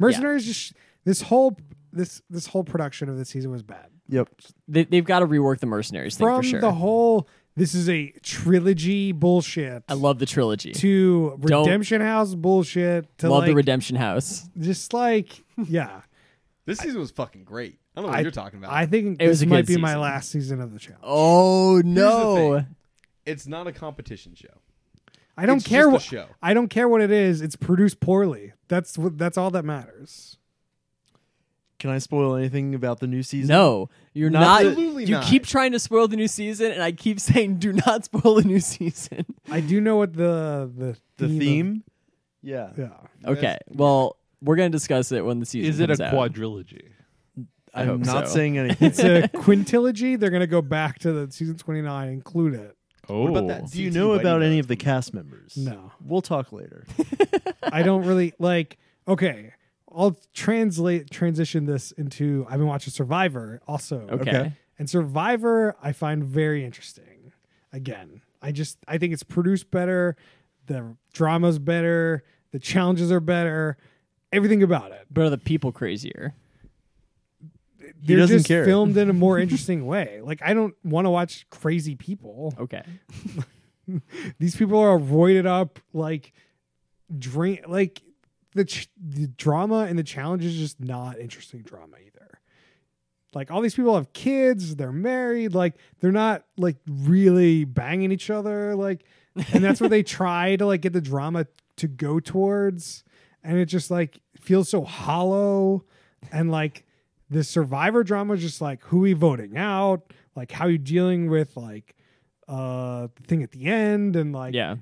[SPEAKER 1] Mercenaries just this whole this this whole production of this season was bad.
[SPEAKER 4] Yep.
[SPEAKER 3] they, they've got to rework the mercenaries thing
[SPEAKER 1] From
[SPEAKER 3] for sure.
[SPEAKER 1] the whole this is a trilogy bullshit
[SPEAKER 3] I love the trilogy.
[SPEAKER 1] to
[SPEAKER 3] Don't-
[SPEAKER 1] Redemption House bullshit to
[SPEAKER 3] love the
[SPEAKER 1] like
[SPEAKER 3] Redemption House.
[SPEAKER 1] just like
[SPEAKER 5] (laughs)
[SPEAKER 1] yeah.
[SPEAKER 5] This season was fucking great. I don't know what
[SPEAKER 1] I-
[SPEAKER 5] you're talking about.
[SPEAKER 1] I think
[SPEAKER 3] It was
[SPEAKER 1] this
[SPEAKER 3] a
[SPEAKER 1] might be
[SPEAKER 3] good
[SPEAKER 1] my
[SPEAKER 3] season.
[SPEAKER 1] last season of the challenge.
[SPEAKER 3] Oh
[SPEAKER 5] no. it's not a competition show.
[SPEAKER 1] I don't
[SPEAKER 5] It's
[SPEAKER 1] care
[SPEAKER 5] just a
[SPEAKER 1] what
[SPEAKER 5] show.
[SPEAKER 1] I don't care what it is. It's produced poorly. That's what that's all that matters.
[SPEAKER 4] Can I spoil anything about the new season?
[SPEAKER 3] No, you're not.
[SPEAKER 4] Not-
[SPEAKER 5] Absolutely
[SPEAKER 3] you
[SPEAKER 5] not.
[SPEAKER 3] keep trying to spoil the new season, and I keep (laughs) saying, "Do not spoil the new season."
[SPEAKER 1] I do know what the the
[SPEAKER 4] The
[SPEAKER 1] theme. of-
[SPEAKER 4] theme. Yeah.
[SPEAKER 1] yeah.
[SPEAKER 3] (laughs) Okay,
[SPEAKER 5] That's-
[SPEAKER 3] well, we're gonna discuss it when the season
[SPEAKER 2] Is it a
[SPEAKER 3] comes out.
[SPEAKER 2] quadrilogy?
[SPEAKER 3] I
[SPEAKER 4] I'm
[SPEAKER 3] hope
[SPEAKER 4] not
[SPEAKER 3] so.
[SPEAKER 4] saying anything.
[SPEAKER 1] It's (laughs) a quintilogy. They're gonna go back to the season twenty nine. Include it.
[SPEAKER 2] Oh,
[SPEAKER 5] What about that?
[SPEAKER 4] Do you
[SPEAKER 5] CT
[SPEAKER 1] (laughs)
[SPEAKER 4] know
[SPEAKER 5] wedding
[SPEAKER 4] about any
[SPEAKER 5] band?
[SPEAKER 4] of the cast members?
[SPEAKER 1] No.
[SPEAKER 4] We'll talk later.
[SPEAKER 1] I don't really like. Okay, I'll translate transition this into. I've been watching Survivor also.
[SPEAKER 3] Okay.
[SPEAKER 4] Okay.
[SPEAKER 1] and Survivor I find very interesting. Again, I just I think it's produced better. The drama's better. The challenges are better. Everything about it.
[SPEAKER 3] but are the people crazier?
[SPEAKER 4] He
[SPEAKER 1] they're
[SPEAKER 4] doesn't
[SPEAKER 1] just
[SPEAKER 4] care.
[SPEAKER 1] filmed in a
[SPEAKER 4] (laughs)
[SPEAKER 1] more interesting way. Like I don't want to watch crazy people.
[SPEAKER 3] Okay.
[SPEAKER 1] These people are roided up, like drink, like the ch- the drama and the challenge is just not interesting drama either. Like all these people have kids, they're married, like they're not like really banging each other, like, and that's what they try to like get the drama to go towards, and it just like feels so hollow, and like the survivor drama is just like who we voting out, like how you dealing with like uh the thing at the end, and like
[SPEAKER 3] Yeah.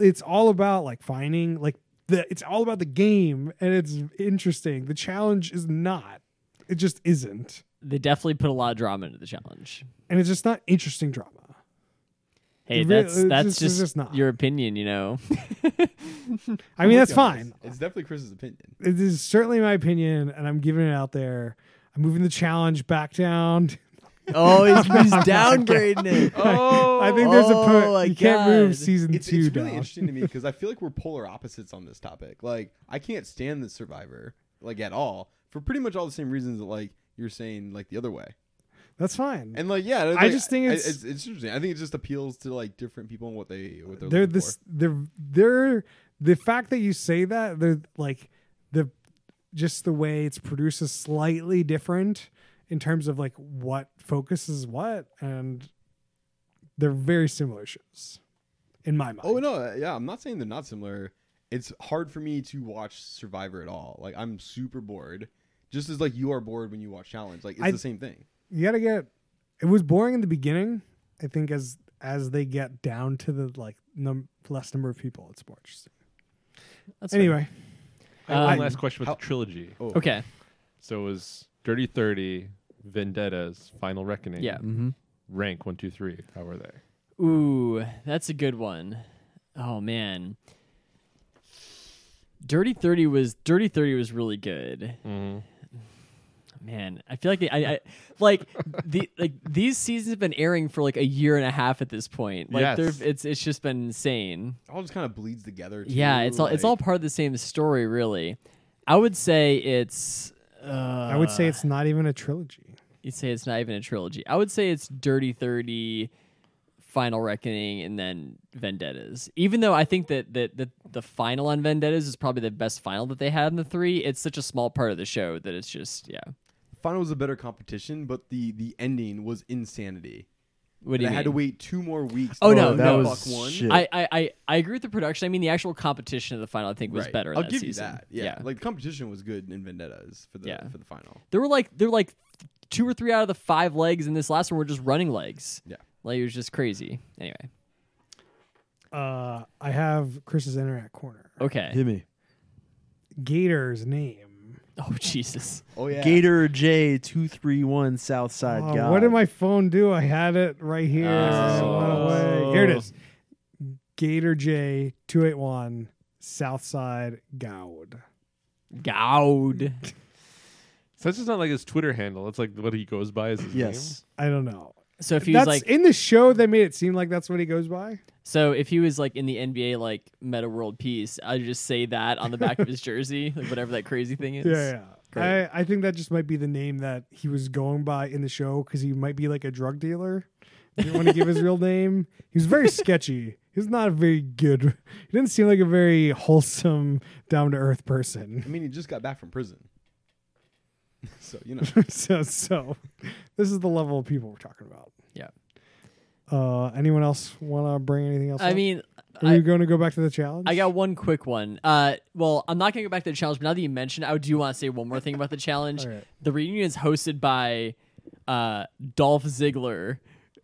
[SPEAKER 1] it's all about like finding like the it's all about the game and it's interesting. The challenge is not. It just isn't.
[SPEAKER 3] They definitely put a lot of drama into the challenge.
[SPEAKER 1] And it's just not interesting drama.
[SPEAKER 3] Hey,
[SPEAKER 1] It really-
[SPEAKER 3] that's
[SPEAKER 1] it's
[SPEAKER 3] that's
[SPEAKER 1] just-
[SPEAKER 3] just,
[SPEAKER 1] it's just not.
[SPEAKER 3] your opinion,
[SPEAKER 1] (laughs)
[SPEAKER 3] you know.
[SPEAKER 1] I mean, that's fine.
[SPEAKER 5] It's definitely
[SPEAKER 3] (laughs)
[SPEAKER 5] Chris's opinion.
[SPEAKER 1] It is certainly my opinion and I'm giving it out there. I'm moving the challenge back down. (laughs)
[SPEAKER 4] Oh, he's, (laughs) he's downgrading it.
[SPEAKER 2] Oh,
[SPEAKER 1] I think there's
[SPEAKER 4] Oh
[SPEAKER 1] a put.
[SPEAKER 4] my
[SPEAKER 1] you can't move
[SPEAKER 4] God.
[SPEAKER 1] season
[SPEAKER 5] It's,
[SPEAKER 1] two
[SPEAKER 5] it's really
[SPEAKER 1] down. (laughs)
[SPEAKER 5] interesting to me because I feel like we're polar opposites on this topic. Like I can't stand the Survivor like at all for pretty much all the same reasons that like you're saying like the other way.
[SPEAKER 1] That's fine.
[SPEAKER 5] And like yeah,
[SPEAKER 1] I just think it's-
[SPEAKER 5] it's, it's interesting. I think it just appeals to like different people and what they what they're,
[SPEAKER 1] they're
[SPEAKER 5] looking
[SPEAKER 1] this they're they're the fact that you say that they're like the just the way it's produced is slightly different in terms of like what focuses what and they're very similar shows in my mind
[SPEAKER 5] for. Oh no, yeah, I'm not saying they're not similar. It's hard for me to watch Survivor at all. Like I'm super bored. Just as like you are bored when you watch Challenge. Like it's
[SPEAKER 1] I-
[SPEAKER 5] the same thing.
[SPEAKER 1] you gotta get it was boring in the beginning i think as as they get down to the like num- less number of people it's more interesting
[SPEAKER 3] That's
[SPEAKER 1] anyway
[SPEAKER 2] I have
[SPEAKER 3] Um,
[SPEAKER 2] one last question about
[SPEAKER 5] how-
[SPEAKER 2] the trilogy.
[SPEAKER 5] Oh.
[SPEAKER 3] fair. Okay.
[SPEAKER 2] So it was Dirty Thirty, Vendetta's Final Reckoning.
[SPEAKER 3] Yeah.
[SPEAKER 2] Rank one, two, three. How are they?
[SPEAKER 3] Ooh, that's a good one. Oh man. Dirty 30 was Dirty 30 was really good.
[SPEAKER 2] Mm-hmm.
[SPEAKER 3] Man, I feel like they, I, I like the like these seasons have been airing for like a year and a half at this point. Like
[SPEAKER 2] Yes.
[SPEAKER 3] they're it's it's just been insane.
[SPEAKER 5] It all just kind of bleeds together.
[SPEAKER 3] Yeah,
[SPEAKER 5] too,
[SPEAKER 3] it's all it's all
[SPEAKER 5] like-
[SPEAKER 3] part of the same story, really. I would say it's. Uh,
[SPEAKER 1] i would say it's not even a trilogy
[SPEAKER 3] you'd say it's not even a trilogy. I would say it's Dirty Thirty, Final Reckoning, and then Vendettas. Even though I think that that the, the final on Vendettas is probably the best final that they had in the three. It's such a small part of the show that it's just yeah.
[SPEAKER 5] Final was a better competition, but the the ending was insanity.
[SPEAKER 3] What do
[SPEAKER 5] And
[SPEAKER 3] you
[SPEAKER 5] I had to
[SPEAKER 3] mean?
[SPEAKER 5] wait two more weeks.
[SPEAKER 3] Oh,
[SPEAKER 5] to
[SPEAKER 3] no,
[SPEAKER 5] get
[SPEAKER 4] that
[SPEAKER 3] no.
[SPEAKER 5] the
[SPEAKER 4] was
[SPEAKER 5] Buck one.
[SPEAKER 4] shit.
[SPEAKER 3] I, I, I, I agree with the production. I mean, the actual competition of the final, I think, was better. in
[SPEAKER 5] I'll
[SPEAKER 3] that
[SPEAKER 5] give
[SPEAKER 3] season.
[SPEAKER 5] you that. Yeah. like the competition was good in Vendettas for the
[SPEAKER 3] Yeah.
[SPEAKER 5] for the final.
[SPEAKER 3] there were like there were like two or three out of the five legs, and this last one were just running legs.
[SPEAKER 5] Yeah.
[SPEAKER 3] Like it was just crazy. Anyway,
[SPEAKER 1] uh i have chris's internet corner
[SPEAKER 3] okay.
[SPEAKER 4] (laughs)
[SPEAKER 3] (laughs)
[SPEAKER 4] Hit me.
[SPEAKER 1] gator's name
[SPEAKER 3] Oh Jesus.
[SPEAKER 5] Oh yeah,
[SPEAKER 4] Gator J two three one Southside
[SPEAKER 1] Oh,
[SPEAKER 4] guy.
[SPEAKER 1] what did my phone do? I had it right here.
[SPEAKER 3] Oh.
[SPEAKER 1] It went away. Here it is. Gator J two eight one Southside Goud.
[SPEAKER 3] Goud.
[SPEAKER 2] So that's just not like his Twitter handle. It's like what he goes by is his
[SPEAKER 4] Yes.
[SPEAKER 1] I don't know.
[SPEAKER 3] So if he was
[SPEAKER 1] That's
[SPEAKER 3] like,
[SPEAKER 1] in the show. They made it seem like that's what he goes by.
[SPEAKER 3] so if he was like in the NBA like Meta World Peace, I'd just say that on the back
[SPEAKER 5] (laughs)
[SPEAKER 3] of his jersey, like whatever that crazy thing is.
[SPEAKER 1] yeah,
[SPEAKER 3] great.
[SPEAKER 1] yeah. I, I think that just might be the name that he was going by in the show because he might be like a drug dealer. He didn't want to give his real name. He was very sketchy. He was not a very good. He didn't seem like a very wholesome, down to earth person. (laughs)
[SPEAKER 5] I mean, he just got back from prison, (laughs) so
[SPEAKER 4] (laughs)
[SPEAKER 5] you know.
[SPEAKER 1] so so this is the level of people we're talking about.
[SPEAKER 3] Yeah.
[SPEAKER 1] Uh anyone else wanna bring anything else?
[SPEAKER 3] I
[SPEAKER 1] up?
[SPEAKER 3] mean,
[SPEAKER 1] Are
[SPEAKER 3] I,
[SPEAKER 1] you gonna go back to the challenge?
[SPEAKER 3] I got one quick one. Uh, well, I'm not gonna go back to the challenge, but now that you mentioned, it, I do want to say one more thing about the challenge.
[SPEAKER 1] All right.
[SPEAKER 3] The reunion is hosted by uh, Dolph Ziggler,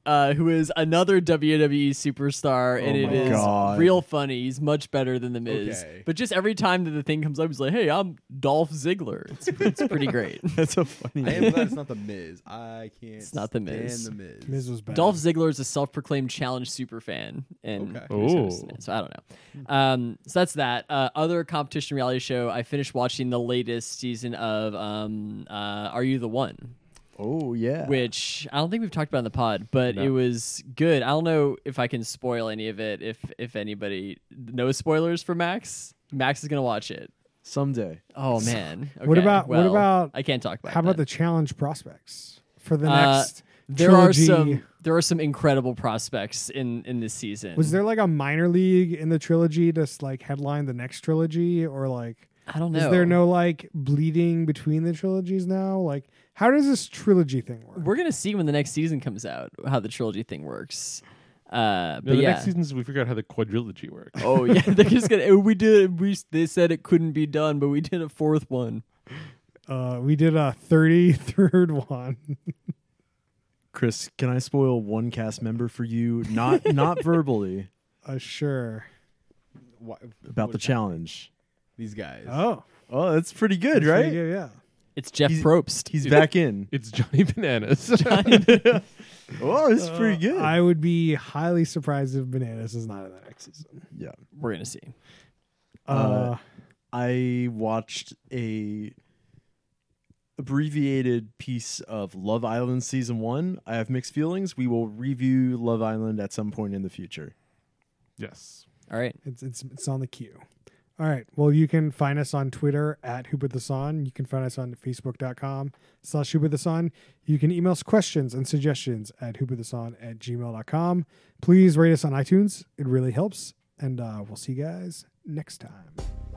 [SPEAKER 3] uh, who is another WWE superstar, and it
[SPEAKER 4] my
[SPEAKER 3] is
[SPEAKER 4] God.
[SPEAKER 3] real funny. He's much better than the Miz,
[SPEAKER 5] Okay.
[SPEAKER 3] but just every time that the thing comes up, he's like, "Hey, I'm Dolph Ziggler." It's, it's pretty great.
[SPEAKER 4] That's so funny.
[SPEAKER 5] I am glad it's not the Miz. I can't.
[SPEAKER 3] It's not the Miz.
[SPEAKER 5] stand the Miz.
[SPEAKER 1] Miz was bad.
[SPEAKER 3] Dolph Ziggler is a self-proclaimed challenge super fan, and
[SPEAKER 5] Okay.
[SPEAKER 3] he's hosting
[SPEAKER 2] Ooh.
[SPEAKER 3] it, so I don't know. Um, so that's that. Uh, other competition reality show. I finished watching the latest season of um, uh, Are You the One,
[SPEAKER 4] oh yeah.
[SPEAKER 3] which I don't think we've talked about in the pod, but
[SPEAKER 2] No.
[SPEAKER 3] it was good. I don't know if I can spoil any of it. If if anybody, no spoilers for Max. Max is gonna watch it.
[SPEAKER 4] someday.
[SPEAKER 3] Oh man.
[SPEAKER 1] What
[SPEAKER 3] Okay,
[SPEAKER 1] about- what
[SPEAKER 3] well,
[SPEAKER 1] about-
[SPEAKER 3] I can't talk about.
[SPEAKER 1] How about
[SPEAKER 3] that.
[SPEAKER 1] the challenge prospects for the
[SPEAKER 3] Uh,
[SPEAKER 1] next
[SPEAKER 3] There
[SPEAKER 1] trilogy?
[SPEAKER 3] are some. There are some incredible prospects in in this season.
[SPEAKER 1] Was there like a minor league in the trilogy to s- like headline the next trilogy, or like
[SPEAKER 3] I don't know.
[SPEAKER 1] is there no like bleeding between the trilogies now? Like, how does this trilogy thing work?
[SPEAKER 3] We're gonna see when the next season comes out how the trilogy thing works. Uh,
[SPEAKER 2] No,
[SPEAKER 3] but
[SPEAKER 2] the
[SPEAKER 3] yeah.
[SPEAKER 2] next seasons we figure out how the quadrilogy works.
[SPEAKER 3] (laughs) oh yeah, they're just gonna. We did. We they said it couldn't be done, but we did a fourth one.
[SPEAKER 1] Uh, we did a thirty-third (laughs) one.
[SPEAKER 4] Chris, can I spoil one cast member for you? Not not verbally
[SPEAKER 1] Uh, sure.
[SPEAKER 5] Why,
[SPEAKER 4] about the
[SPEAKER 5] what-
[SPEAKER 4] challenge.
[SPEAKER 5] These guys.
[SPEAKER 1] Oh,
[SPEAKER 4] Oh, that's pretty good, right?
[SPEAKER 1] Yeah, yeah.
[SPEAKER 3] It's Jeff
[SPEAKER 4] He's-
[SPEAKER 3] Probst.
[SPEAKER 4] He's back
[SPEAKER 1] (laughs)
[SPEAKER 4] in.
[SPEAKER 2] It's Johnny Bananas.
[SPEAKER 4] Oh, this is pretty
[SPEAKER 1] Uh,
[SPEAKER 4] good.
[SPEAKER 1] I would be highly surprised if Bananas is not in the next season.
[SPEAKER 4] yeah.
[SPEAKER 3] We're gonna see.
[SPEAKER 1] Uh,
[SPEAKER 4] Uh, I watched a abbreviated piece of Love Island season 1. I have mixed feelings. We will review Love Island at some point in the future.
[SPEAKER 2] (laughs) yes.
[SPEAKER 3] All right.
[SPEAKER 1] It's it's it's on the queue. All right. Well, you can find us on Twitter at Who Put This On. You can find us on Facebook.com slash Who Put This On. You can email us questions and suggestions at Who Put This On at gmail.com. Please rate us on iTunes. It really helps. And uh, we'll see you guys next time.